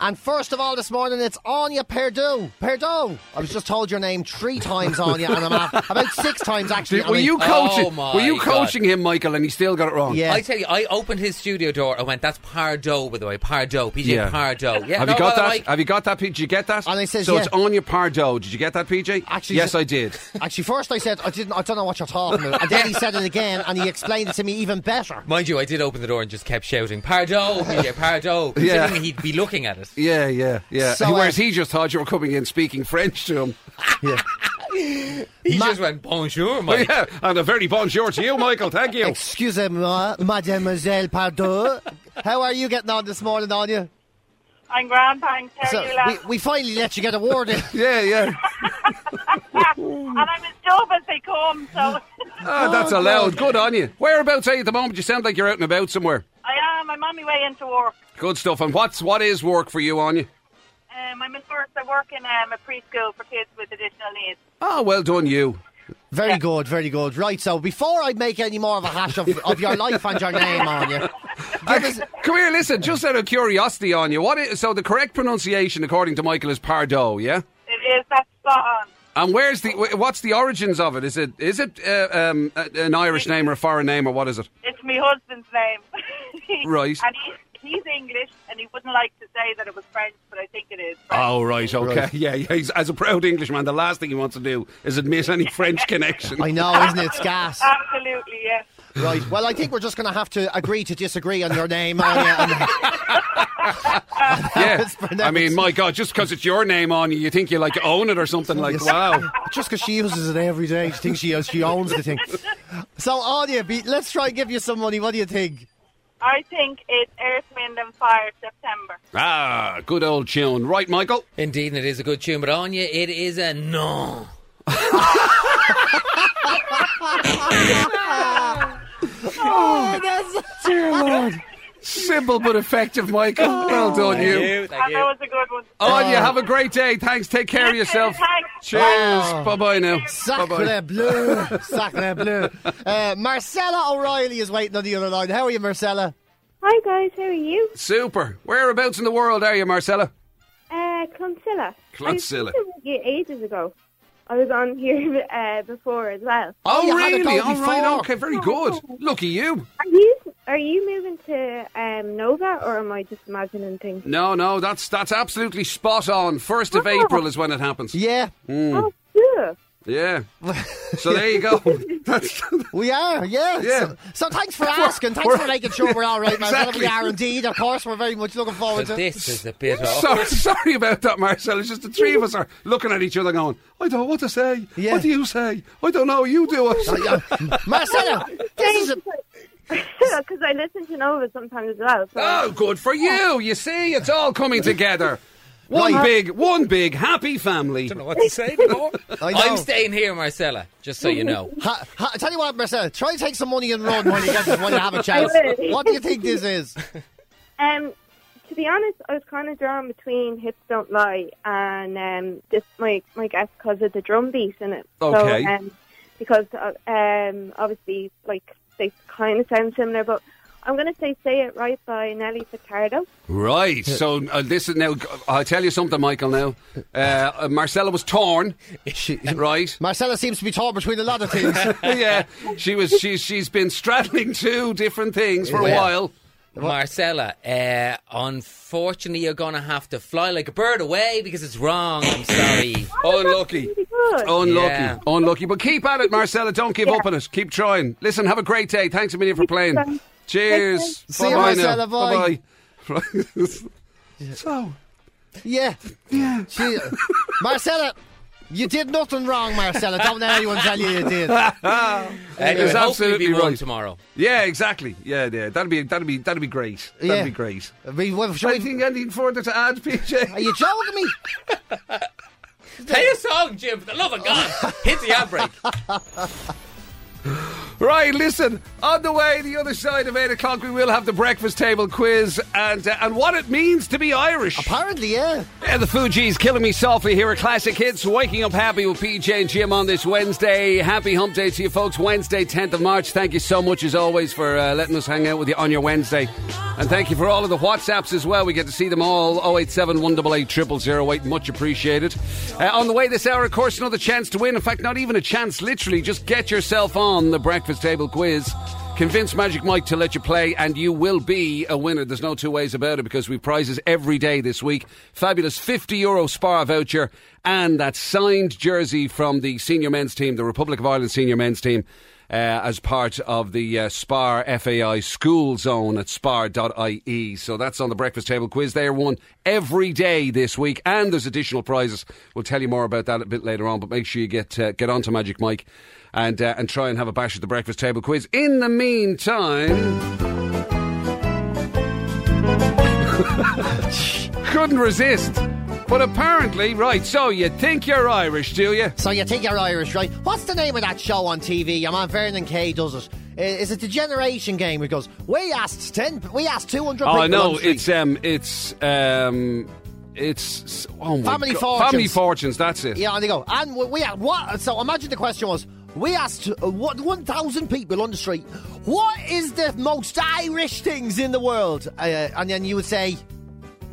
And first of all, this morning it's Anya Perdue. Perdue! I was just told your name three times, Anya, and I'm at, about six times actually. Did- were, I mean- oh you coaching, my were you God. coaching him, Michael, and he still got it wrong? Yeah. I tell you, I opened his studio door and went, that's Pardo, by the way. Pardo. PJ Yeah. Pardo. Yeah, Have no you got bother, that? Mike. Have you got that, PJ? Did you get that? And I says, so it's yeah. on your Pardo. Did you get that, PJ? Actually, yes, s- I did. Actually, first I said I didn't. I don't know what you're talking about, and then he said it again, and he explained it to me even better. Mind you, I did open the door and just kept shouting, Pardo, PJ Pardo. Yeah. Considering he'd be looking at it. Yeah, yeah, yeah. So, uh, Whereas he just thought you were coming in speaking French to him. He Ma- just went, bonjour, Oh, Mike. yeah, and a very bonjour to you, Michael. Thank you. Excusez-moi, Mademoiselle Pardot. How are you getting on this morning, Anya? I'm grand, thanks. How So are you, lad? we, we finally let you get a word in. Yeah, yeah. and I'm as dope as they come, so I Ah, Oh, that's allowed. Good on you. Whereabouts are you at the moment? You sound like you're out and about somewhere. am. I'm on my way into work. Good stuff. And what's what is work for you, Anya? Um, I'm a nurse. I work in um, a preschool for kids with additional needs. Oh, well done, you. Very good, very good. Right, so before I make any more of a hash of, of your life and your name on you, give us, Come here, listen. Just out of curiosity, Anya, what is so the correct pronunciation according to Michael is Pardo, yeah? It is that spot on. And where's the wh- what's the origins of it? Is it is it uh, um, a- an Irish name or a foreign name or what is it? It's my husband's name. Right. And he, he's English, and he wouldn't like to say that it was French, but I think it is. French. Oh right, okay, Right. yeah, yeah. He's, as a proud Englishman, the last thing he wants to do is admit any French connection. I know, isn't it? It's gas. Absolutely, yes. Right, well, I think we're just going to have to agree to disagree on your name, Anya. And yeah, I was pronounced. mean, my God, just because it's your name on you, you think you like own it or something like Yes. wow. just because she uses it every day, she thinks she, she owns the thing. So, Anya, be, let's try and give you some money. What do you think? I think it's Earth, Wind and Fire, September. Ah, good old tune, right, Michael? Indeed, and it is a good tune, but Anya, it is a no. Dear Lord, simple but effective, Michael. Well done, Oh, you. Oh, Thank That was a good one. Anya, have a great day. Thanks. Take care of yourself. Thanks. Cheers. Bye bye now. Bye-bye. Sacre bleu, sacre bleu. Uh, Marcella O'Reilly is waiting on the other line. How are you, Marcella? Hi guys, how are you? Super. Whereabouts in the world are you, Marcella? Uh, Clonsilla. Clonsilla. I was with you ages ago. I was on here uh, before as well. Oh, you had a really? go All right. before. Oh. Okay. Very good. Lucky you. Are you are you moving to um, Nova or am I just imagining things? No, no. That's that's absolutely spot on. First of April is when it happens. Oh. Yeah, Oh, cool. Yeah. So there you go. Oh. That's we are. Yeah. Yeah. So, so thanks for asking. Thanks for making sure we're all right, Marcella. Exactly. We are indeed. Of course, we're very much looking forward to But this is a bit off. so, sorry about that, Marcel. It's just the three of us are looking at each other, going, "I don't know what to say. Yeah. What do you say? I don't know. You do it." Yeah. Marcella. This is a, Because I listen to Nova sometimes as well. So Oh, good for you. You see, it's all coming together. One Right. big, one big happy family. I don't know what to say anymore. I know. I'm staying here, Marcella, just so you know. Ha, ha, tell you what, Marcella. Try and take some money and run when you get when you have a chance. I will. What do you think this is? um, to be honest, I was kind of drawn between Hips Don't Lie and um, this my my guess because of the drum beat in it. Okay. So, um, because uh, um, obviously, like they kind of sound similar, but I'm gonna say "Say It Right" by Nelly Furtado. Right. So uh, this is now. I'll tell you something, Michael. Now, uh, uh, Marcella was torn. right. Marcella seems to be torn between a lot of things. yeah, she was. She's she's been straddling two different things for a Yeah. while. Marcella, uh, unfortunately, you're going to have to fly like a bird away because it's wrong. I'm sorry. Unlucky. Pretty good. Unlucky, Yeah. unlucky, but keep at it, Marcella. Don't give up on it. Keep trying. Listen, have a great day. Thanks a million for playing. Thanks. Cheers. See you, Bye-bye now. Marcella. Bye. Bye-bye. so, Yeah. Yeah. She, uh, Marcella, you did nothing wrong, Marcella. Don't let anyone tell you you did. Anyway, It's hopefully absolutely be warm right. tomorrow. yeah, exactly. Yeah, yeah. That'd be that'd be that'd be great. That'd Yeah. be great. Uh, We, well, should we- Anything anything further to add, PJ? are you joking me? Play a song, Jim, for the love of God. Hit the ad break. Right, listen. On the way, the other side of eight o'clock, we will have the breakfast table quiz and uh, and what it means to be Irish. Apparently, yeah. Yeah, the Fuji's killing me softly here at Classic Hits. Waking up happy with PJ and Jim on this Wednesday. Happy Hump Day to you folks. Wednesday, 10th of March. Thank you so much as always for uh, letting us hang out with you on your Wednesday. And thank you for all of the WhatsApps as well. We get to see them all. 087 188 0008. Much appreciated. Uh, on the way this hour, of course, another chance to win. In fact, not even a chance, literally. Just get yourself on the breakfast table quiz. Convince Magic Mike to let you play, and you will be a winner. There's no two ways about it because we've prizes every day this week. Fabulous 50 euro Spar voucher and that signed jersey from the senior men's team, the Republic of Ireland senior men's team, uh, as part of the uh, Spar FAI school zone at spar.ie. E. So that's on the breakfast table quiz. They are won every day this week, and there's additional prizes. We'll tell you more about that a bit later on, but make sure you get uh, get on to Magic Mike and uh, and try and have a bash at the breakfast table quiz. In the meantime, couldn't resist. But apparently, right, so you think you're Irish, do you? So you think you're Irish, right? What's the name of that show on TV? Your man Vernon Kay does it. I- Is it the Generation Game? He goes, we asked ten, we asked two hundred. Oh people on no, the street." it's um, it's um, it's oh my Family God. fortunes. Family fortunes. That's it. yeah, and they go, and we, we what? So imagine the question was, we asked uh, what one thousand people on the street, what is the most Irish things in the world? Uh, and then you would say,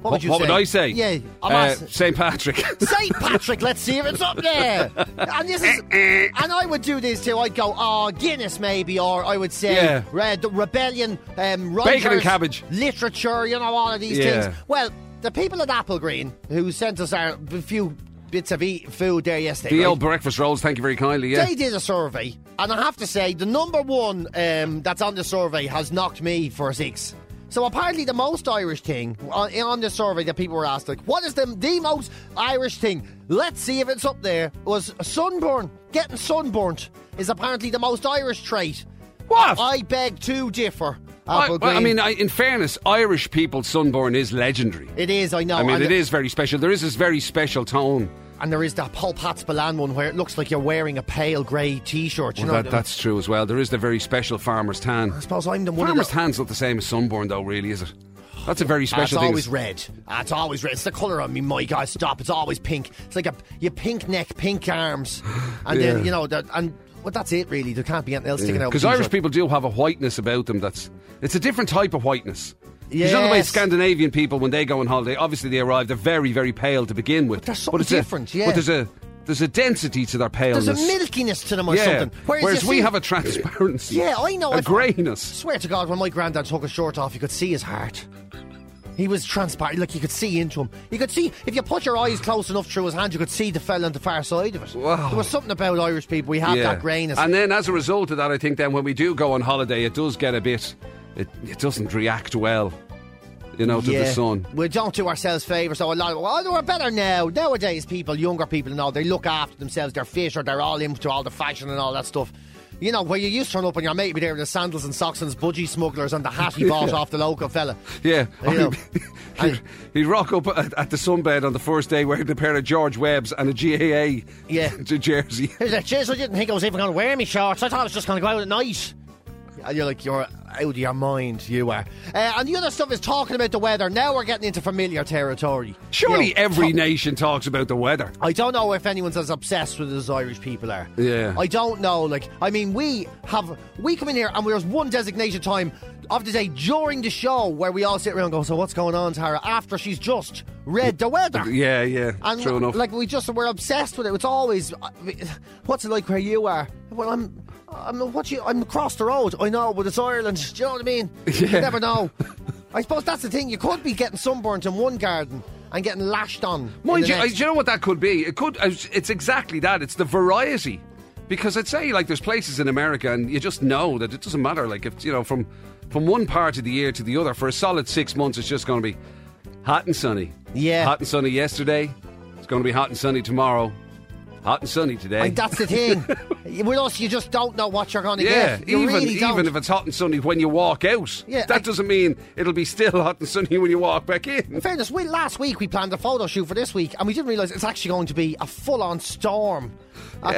what, would What, you what say? would I say? Yeah, I'm Uh, ask- St. Patrick. St. Patrick, let's see if it's up there. And this is, and I would do this too. I'd go, oh, Guinness maybe, or I would say, Yeah. Red Rebellion, um, Bacon and Rogers, cabbage. literature, you know, all of these Yeah. things. Well, the people at Apple Green who sent us our b- few bits of eat food there yesterday. the right? old breakfast rolls. Thank you very kindly. Yeah. They did a survey, and I have to say, the number one um, that's on the survey has knocked me for six. So apparently, the most Irish thing on, on the survey that people were asked, like, what is the the most Irish thing? Let's see if it's up there. Was sunburn. Getting sunburnt is apparently the most Irish trait. What? I beg to differ. I, Apple well, I Green. mean, uh, I, in fairness, Irish people sunburn is legendary. it is. Oh, I know. I mean, and, it is very special. There is this very special tone. and there is that Paul Pat's Balan one where it looks like you're wearing a pale grey T-shirt. You Well, know, that, that's true as well. There is the very special farmer's tan. I suppose I'm the one. of Farmer's the- tan's not the same as sunburn, though, really, is it? That's a very That's special thing. always red. That's always red. It's the colour of me, my guy. Stop. It's always pink. It's like a your pink neck, pink arms, and Yeah. then you know that. And well, that's it really. There can't be anything else sticking out. Because These Irish are- people do have a whiteness about them that's it's a different type of whiteness. 'Cause You know the way Yes. Scandinavian people when they go on holiday, obviously they arrive, they're very, very pale to begin with. But there's something but it's a- different, yeah. But there's a there's a density to their paleness. There's a milkiness to them or yeah. something. Whereas, you we see- have a transparency. Yeah, I know. A I've- greyness. Swear to God, when my granddad took his shirt off, you could see his heart. He was transparent. Like you could see into him. You could see if you put your eyes close enough through his hand, you could see the fell on the far side of it. Wow. There was something about Irish people. We have yeah. that greyness. And then as a result of that, I think then when we do go on holiday, it does get a bit it, it doesn't react well, you know, to the sun. We don't do ourselves favours. So a lot of well, we're better now. Nowadays, people, younger people, and all they look after themselves. They're fit or they're all into all the fashion and all that stuff. You know, where you used to turn up and your mate would be there with the sandals and socks and his budgie smugglers and the hat he bought off the local fella. Yeah. You know. he'd, he'd rock up at, at the sunbed on the first day wearing a pair of George Webbs and a GAA Yeah. jersey. He's like, Jeez, I didn't think I was even going to wear me shorts. I thought I was just going to go out at night. And you're like, you're out of your mind, you are. Uh, and the other stuff is talking about the weather. Now we're getting into familiar territory. Surely You know, every to- nation talks about the weather. I don't know if anyone's as obsessed with it as Irish people are. Yeah. I don't know. Like, I mean, we have we come in here and there's one designated time of the day during the show where we all sit around and go, "So what's going on, Tara?" After she's just read the weather. Yeah, yeah. And true enough. like we just we're obsessed with it. It's always uh, what's it like where you are? Well, I'm I'm what you I'm across the road. I know, but it's Ireland. Do you know what I mean? You never know. I suppose that's the thing. You could be getting sunburnt in one garden and getting lashed on. in Mind the you, I, next. do you know what that could be? It could. uh, It's exactly that. It's the variety. Because I'd say like there's places in America and you just know that it doesn't matter. Like if you know from from one part of the year to the other for a solid six months, it's just going to be hot and sunny. Yeah. hot and sunny yesterday. It's going to be hot and sunny tomorrow. Hot and sunny today. And that's the thing. With us, you just don't know what you're going to yeah, get. You even really don't. even if it's hot and sunny when you walk out, Yeah, that I- doesn't mean it'll be still hot and sunny when you walk back in. in fairness, we, last week we planned a photo shoot for this week, and we didn't realise it's actually going to be a full-on storm at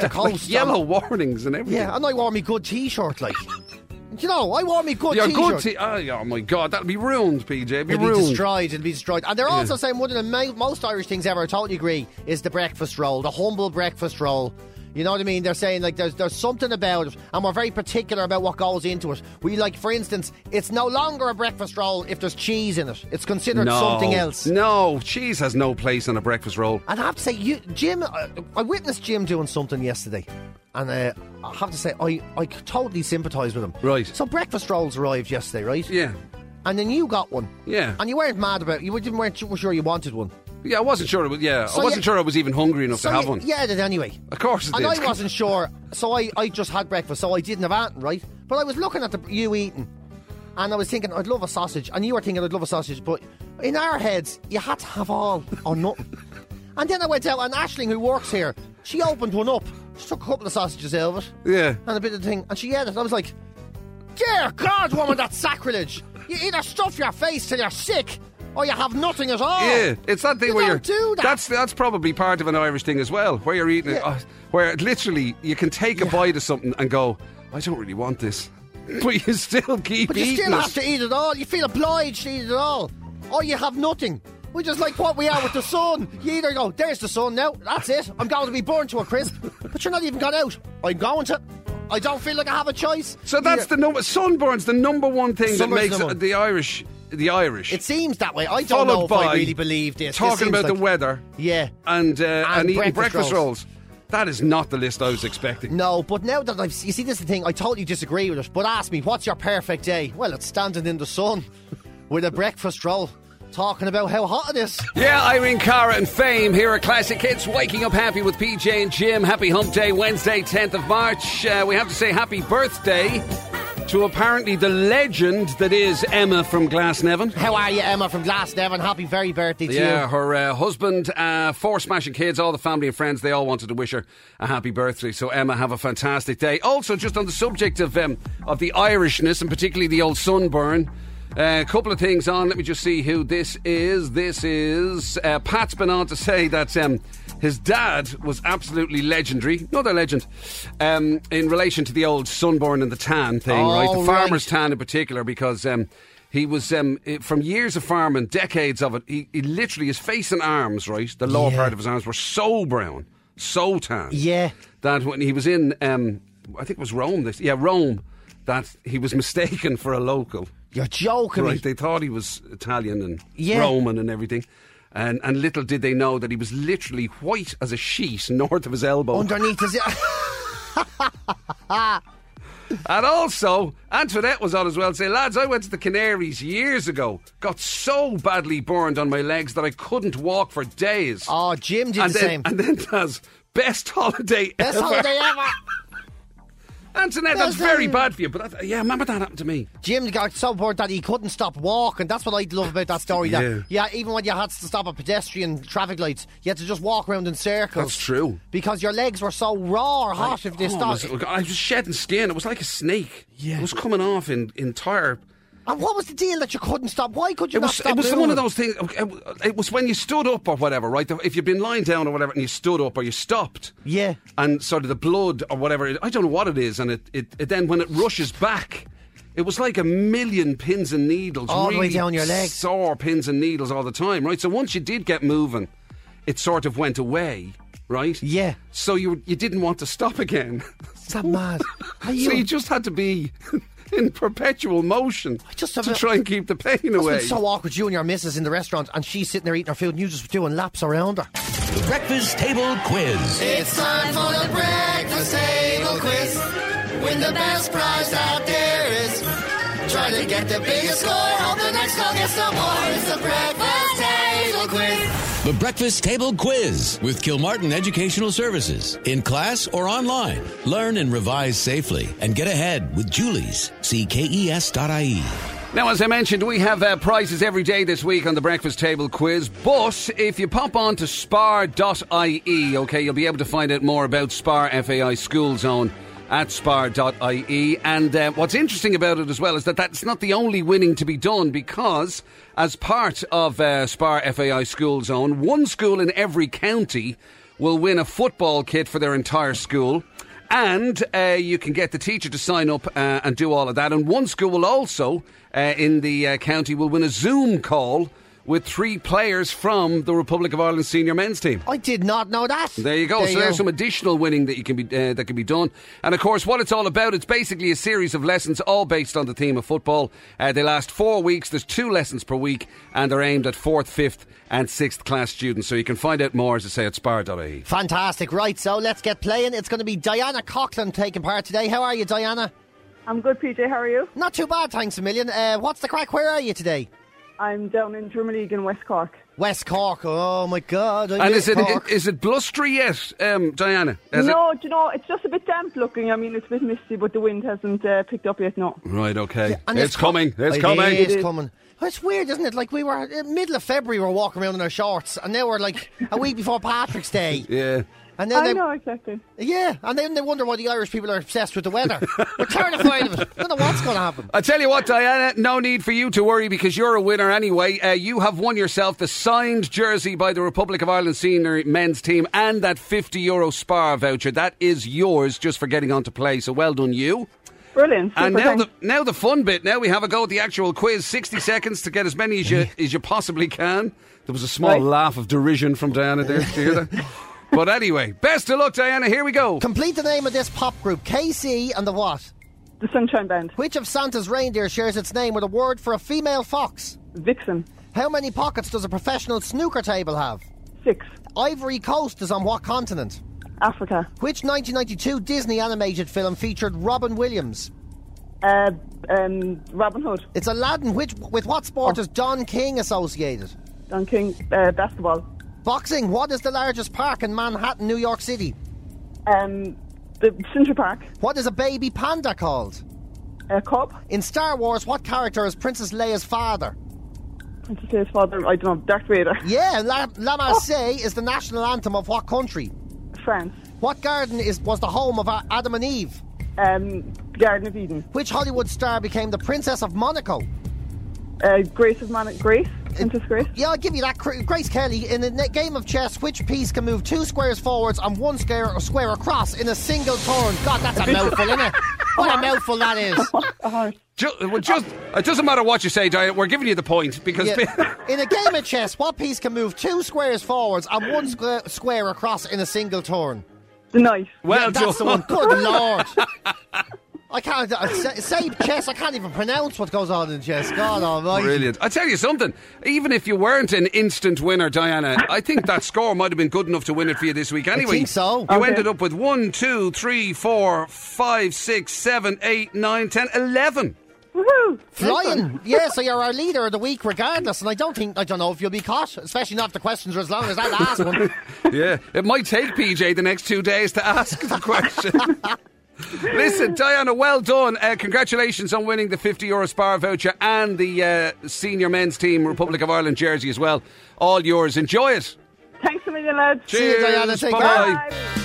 Yeah, the like coast. And- yellow warnings and everything. Yeah, and I wore me good T-shirt, like. you know, I wore me good Your T-shirt. good tea. Oh, yeah, oh my God, that'll be ruined, PJ. It'll be It'll be ruined. destroyed. It'll be destroyed. And they're also saying one of the mo- most Irish things ever. I totally agree. Is the breakfast roll, the humble breakfast roll. You know what I mean? They're saying like there's there's something about it, and we're very particular about what goes into it. We like, for instance, it's no longer a breakfast roll if there's cheese in it. It's considered no, something else. No, cheese has no place on a breakfast roll. And I have to say, you, Jim, uh, I witnessed Jim doing something yesterday, and uh, I have to say, I I totally sympathise with him. Right. So breakfast rolls arrived yesterday, right? Yeah, And then you got one. Yeah. And you weren't mad about it. You didn't weren't su- sure you wanted one. yeah. I wasn't sure. It was, yeah, So I wasn't you- sure I was even hungry enough So to have you- one. You had it anyway. Of course it And did. I wasn't sure, so I, I just had breakfast, so I didn't have anything, right? But I was looking at the, you eating, and I was thinking, I'd love a sausage, and you were thinking, I'd love a sausage, but in our heads, you had to have all or nothing. and then I went out, and Ashling, who works here, she opened one up, she took a couple of sausages out of it, Yeah. and a bit of thing, and she ate it, and I was like, Dear God, woman, that's sacrilege! You either stuff your face till you're sick, or you have nothing at all. Yeah, it's that thing Oh, You where don't you're. do that. That's that's probably part of an Irish thing as well, where you're eating it, Yeah. uh, where literally you can take a bite of something and go, I don't really want this, but you still keep But eating you still it. have to eat it all. You feel obliged to eat it all. Or you have nothing. We're just like what we are with the sun. You either go, there's the sun now, that's it, I'm going to be burned to a crisp. But you're not even gone out. I'm going to. I don't feel like I have a choice. so that's Either- the number. Sunburn's the number one thing that Sunburn's makes number one. the Irish the Irish. It seems that way. I don't followed know if by I really believe this. This Talking seems about like- the weather Yeah. and uh, and, eating breakfast, breakfast rolls. rolls. That is not the list I was expecting. No, but now that I've. You see, this is the thing. I totally disagree with it. But ask me, what's your perfect day? Well, it's standing in the sun with a breakfast roll talking about how hot it is. Yeah, Irene Cara and Fame here at Classic Hits, waking up happy with PJ and Jim. Happy Hump Day, Wednesday, 10th of March. Uh, we have to say happy birthday to apparently the legend that is Emma from Glasnevin. How are you, Emma from Glasnevin? Happy very birthday to Yeah, you. her uh, husband, uh, four smashing kids, all the family and friends, they all wanted to wish her a happy birthday. So, Emma, have a fantastic day. Also, just on the subject of um, of the Irishness and particularly the old sunburn, uh, a couple of things on. Let me just see who this is. This is uh, Pat's been on to say that. Um, his dad was absolutely legendary, another legend, um, in relation to the old sunburn and the tan thing, right? The All farmer's Oh, right. tan in particular, because um, he was um, i- from years of farming, decades of it. He, he literally his face and arms, right, the lower Yeah. part of his arms were so brown, so tan, Yeah. that when he was in, um, I think it was Rome. This, yeah, Rome, that he was mistaken for a local. You're joking Right, me. they thought he was Italian and Yeah. Roman and everything. And, and little did they know that he was literally white as a sheet north of his elbow. Underneath his. And also, Antoinette was on as well. to Say, lads, I went to the Canaries years ago. Got so badly burned on my legs that I couldn't walk for days. Oh, Jim did and the then, same. And then that's best holiday Best ever. holiday ever. Antoinette, that's Best very holiday. bad for you. But that, yeah, remember that happened to me. Jim got so bored that he couldn't stop walking. That's what I love about that story. That yeah, even when you had to stop at pedestrian traffic lights, you had to just walk around in circles. That's true. Because your legs were so raw or hot if they Oh, stopped. it was- I was shedding skin. It was like a snake. Yeah. It was coming off in entire. And what was the deal that you couldn't stop? Why could you It not was, stop? it was moving? one of those things. It was when you stood up or whatever, right? If you'd been lying down or whatever and you stood up or you stopped. Yeah. And sort of the blood or whatever, it- I don't know what it is. And it, it, it then when it rushes back, it was like a million pins and needles. All the way really down your legs. Sore pins and needles all the time, right? So once you did get moving, it sort of went away, right? Yeah. So you, you didn't want to stop again. Is that mad? Are so you just had to be. In perpetual motion just to have a- try and keep the pain away. It's so awkward. You and your missus in the restaurant, and she's sitting there eating her food, and you just doing laps around her. The Breakfast Table Quiz. It's time for the breakfast table quiz. Win the best prize that there is. Try to get the biggest score. Hope the next call gets the more. It's the breakfast table quiz. The Breakfast Table Quiz with Kilmartin Educational Services. In class or online, learn and revise safely and get ahead with Julie's. E See KES.ie. Now, as I mentioned, we have uh, prizes every day this week on the breakfast table quiz. But if you pop on to spar.ie, E, okay, you'll be able to find out more about Spar FAI School Zone at spar.ie. And uh, what's interesting about it as well is that that's not the only winning to be done because, as part of uh, Spar FAI School Zone, one school in every county will win a football kit for their entire school. And uh, you can get the teacher to sign up uh, and do all of that. And one school will also, uh, in the uh, county, will win a Zoom call with three players from the Republic of Ireland senior men's team. I did not know that. There you go. so there's some additional winning that you can be uh, that can be done. And of course, what it's all about, it's basically a series of lessons, all based on the theme of football. Uh, they last four weeks. There's two lessons per week, and they're aimed at fourth, fifth, and sixth class students. So you can find out more, as I E. say, at spar.ie. Fantastic. Right, so let's get playing. It's going to be Diana Coughlin taking part today. How are you, Diana? I'm good, PJ. How are you? Not too bad, thanks a million. Uh, what's the crack? Where are you today? I'm down in Drummond in West Cork. West Cork. Oh my God. I And miss is it Cork. is it blustery yet, um, Diana? Is it- no, do you know, it's just a bit damp looking. I mean, it's a bit misty, but the wind hasn't uh, picked up yet, no. Right, okay. And it's, co- coming. It's It coming. is coming. Oh, It's weird, isn't it? Like we uh, were in middle of February, we were walking around in our shorts, and now we're like a week before Patrick's Day. Yeah. And then I they, know exactly. yeah, and then they wonder why the Irish people are obsessed with the weather. We're terrified of it. I don't know what's going to happen. I tell you what, Diana, no need for you to worry because you're a winner anyway. Uh, you have won yourself the signed jersey by the Republic of Ireland senior men's team and that 50 euro spar voucher. That is yours just for getting on to play. So well done, you. Brilliant. And super, Uh, now the, thanks. now the fun bit. Now we have a go at the actual quiz. 60 seconds to get as many as you, as you possibly can. There was a small Right. laugh of derision from Diana there. Did you hear that? But anyway, best of luck, Diana. Here we go. Complete the name of this pop group, KC and the what? the Sunshine Band, Which of Santa's reindeer shares its name with a word for a female fox? Vixen, How many pockets does a professional snooker table have? Six, Ivory Coast is on what continent? Africa, Which 1992 Disney animated film featured Robin Williams? uh, um, Robin Hood, It's Aladdin. Which with what sport is Don King associated? Don King, uh, basketball, Boxing. What is the largest park in Manhattan, New York City? um, the Central Park, What is a baby panda called? uh, Cobb, In Star Wars, what character is Princess Leia's father? Princess Leia's father, I don't know, Darth Vader, Yeah, La, La Marseille is the national anthem of what country? France, What garden is was the home of A- Adam and Eve? um, Garden of Eden, Which Hollywood star became the Princess of Monaco? uh, Grace of Man, Grace, Princess Grace, Yeah, I'll give you that. Cr- Grace Kelly, in a ne- game of chess, which piece can move two squares forwards and one square, square across in a single turn? God, that's a mouthful, isn't it? What a mouthful that is. Ju- well, just, it doesn't matter what you say, Diana. We're giving you the point because. Yeah. In a game of chess, what piece can move two squares forwards and one square, square across in a single turn? the knife. Well That's the done. one. Good lord. I can't I say, say chess. I can't even pronounce what goes on in chess. God almighty. Brilliant. I tell you something, even if you weren't an instant winner, Diana, I think that score might have been good enough to win it for you this week anyway. think so. You ended up with one, two, three, four, five, six, seven, eight, nine, ten, eleven. Woohoo! Flying. Yeah, so you're our leader of the week regardless. And I don't think, I don't know if you'll be caught, especially not if the questions are as long as that last one. Yeah. It might take PJ the next two days to ask the question. Listen, Diana, well done. Uh, congratulations on winning the 50 euro spar voucher and the uh, senior men's team Republic of Ireland jersey as well. All yours. Enjoy it. Thanks a million, lads. See you, Diana. Cheers. Take Bye-bye. care. Bye.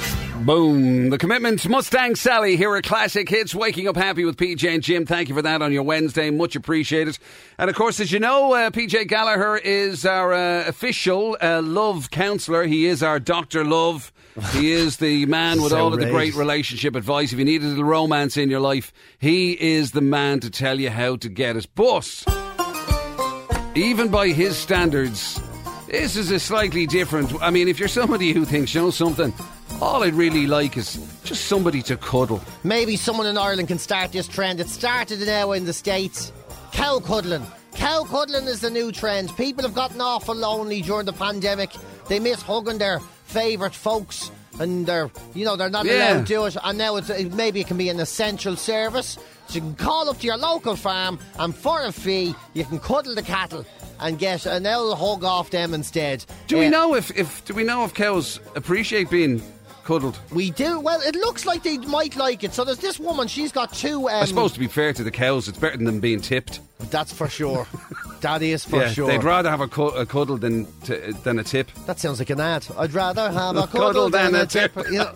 Boom. The commitment. Mustang Sally here at Classic Hits. Waking up happy with PJ and Jim. Thank you for that on your Wednesday. Much appreciated. And of course, as you know, uh, PJ Gallagher is our uh, official uh, love counsellor. He is our Dr. Love. He is the man with So all of the great raised. relationship advice. If you need a little romance in your life, he is the man to tell you how to get it. But even by his standards, this is a slightly different. I mean, if you're somebody who thinks, you know something, all I'd really like is just somebody to cuddle. Maybe someone in Ireland can start this trend. It started now in the States. Cow cuddling. Cow cuddling is the new trend. People have gotten awful lonely during the pandemic. They miss hugging their favourite folks and they're, you know, they're not Yeah. allowed to do it. And now it's, it- maybe it can be an essential service. So you can call up to your local farm and for a fee, you can cuddle the cattle and get an old hug off them instead. Uh, Do Yeah. we know if, if do we know if cows appreciate being cuddled? We do. Well, it looks like they might like it. So there's this woman, she's got two. Um, I suppose to be fair to the cows, it's better than them being tipped. That's for sure. that is for yeah, sure. they'd rather have a, cu- a cuddle than to, than a tip. that sounds like an ad. I'd rather have a cuddle than a tip. You know.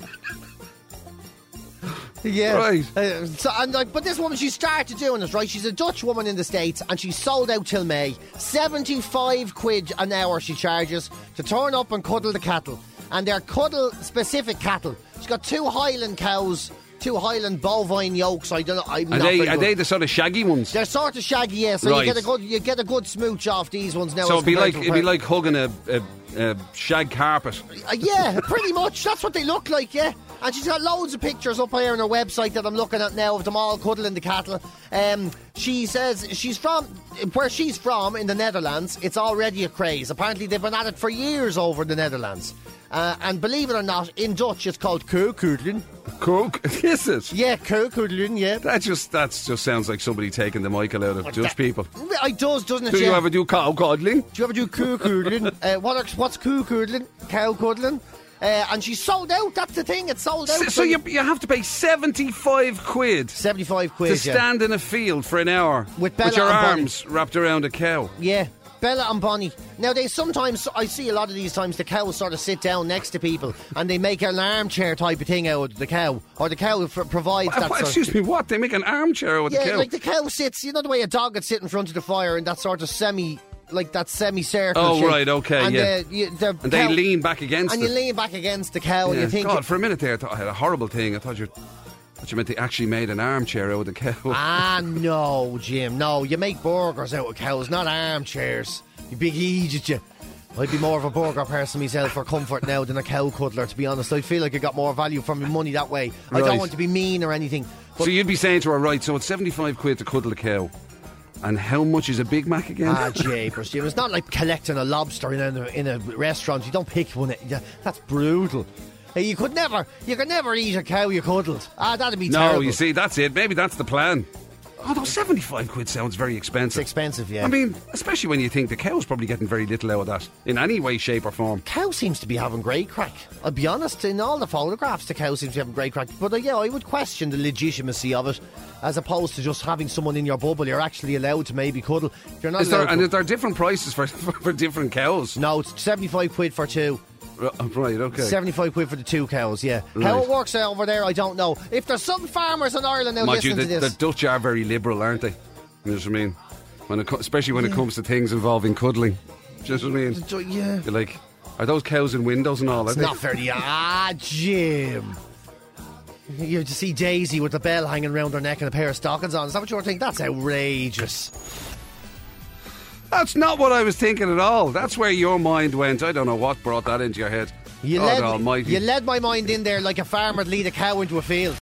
Yeah. Right. Uh, so, and like, but this woman, she started doing this, right? She's a Dutch woman in the States and she's sold out till May. 75 quid an hour she charges to turn up and cuddle the cattle. And they're cuddle specific cattle. She's got two Highland cows, two Highland bovine yolks. I don't know. I'm Are not they very are good. they the sort of shaggy ones? They're sort of shaggy, yeah. So Right. you get a good you get a good smooch off these ones now. so as it'd be compared like to it'd be where- like hugging a, a, a shag carpet. Uh, yeah, pretty much. That's what they look like, yeah. And she's got loads of pictures up here on her website that I'm looking at now of them all cuddling the cattle. Um, she says she's from where she's from in the Netherlands. It's already a craze. Apparently, they've been at it for years over in the Netherlands. Uh, and believe it or not, in Dutch it's called koekoedelen. Coke, is it? Yeah, koekoedelen, yeah. That just that just sounds like somebody taking the Michael out of Dutch that- people. It does, doesn't it? Do you yeah? ever do cow cuddling? Do you ever do coo coodling? uh, what are, what's coo coodling? Cow coodling? Uh, and she's sold out. That's the thing. It's sold out. So, so you, you have to pay 75 quid 75 to quid. yeah. stand in a field for an hour With Bella your and Bonnie. arms wrapped around a cow. Yeah. Bella and Bonnie. Now they sometimes I see a lot of these times the cows sort of sit down next to people and they make an armchair type of thing out of the cow, or the cow f- provides What- that. what- sort of- excuse me, what? They make an armchair with yeah, a cow. like the cow sits. You know the way a dog would sit in front of the fire in that sort of semi, like that semicircle. Oh, shape. right, okay, And, yeah. uh, you- the and they cow- lean back against and it. you lean back against the cow and Yeah. you think, God, for a minute there, I thought I had a horrible thing. I thought you, thought you meant they actually made an armchair out of the cow. ah, no, Jim, no, you make burgers out of cows, not armchairs. You big idiot, you. I'd be more of a burger person myself for comfort now than a cow cuddler, to be honest. I feel like I got more value from my money that way. I Right. don't want to be mean or anything. But so you'd be saying to her, right? So it's seventy-five quid to cuddle a cow, and how much is a Big Mac again? Ah, japers, Jim. It's not like collecting a lobster in a, in a restaurant. You don't pick one. Yeah, That's brutal. Hey, You could never, you could never eat a cow you cuddled. Ah, that'd be no, terrible. you see, that's it. Maybe that's the plan. Although seventy-five quid sounds very it's expensive. expensive. Yeah, I mean, especially when you think the cow's probably getting very little out of that in any way, shape, or form. cow seems to be having great crack. I'll be honest. In all the photographs, the cow seems to be having great crack. But uh, yeah, I would question the legitimacy of it, as opposed to just having someone in your bubble. You're actually allowed to maybe cuddle. You're not Is there allowed and to- is there different prices for for, different cows? no, it's seventy-five quid for two. R- Right, okay. 75 quid for the two cows, yeah. How Right. it works out over there, I don't know. If there's some farmers in Ireland now Mind you, listening the, to the this. Dutch are very liberal, aren't they? You know what I mean? When it, co- especially when it comes to things involving cuddling. Do you know what I mean? So, yeah. You're like, are those cows in windows and all? It's are they? not very. Ah, Jim. You have to see Daisy with the bell hanging round her neck and a pair of stockings on. Is that what you were thinking? That's outrageous. That's not what I was thinking at all. That's where your mind went. I don't know what brought that into your head. You God led, almighty. you led my mind in there like a farmer would lead a cow into a field.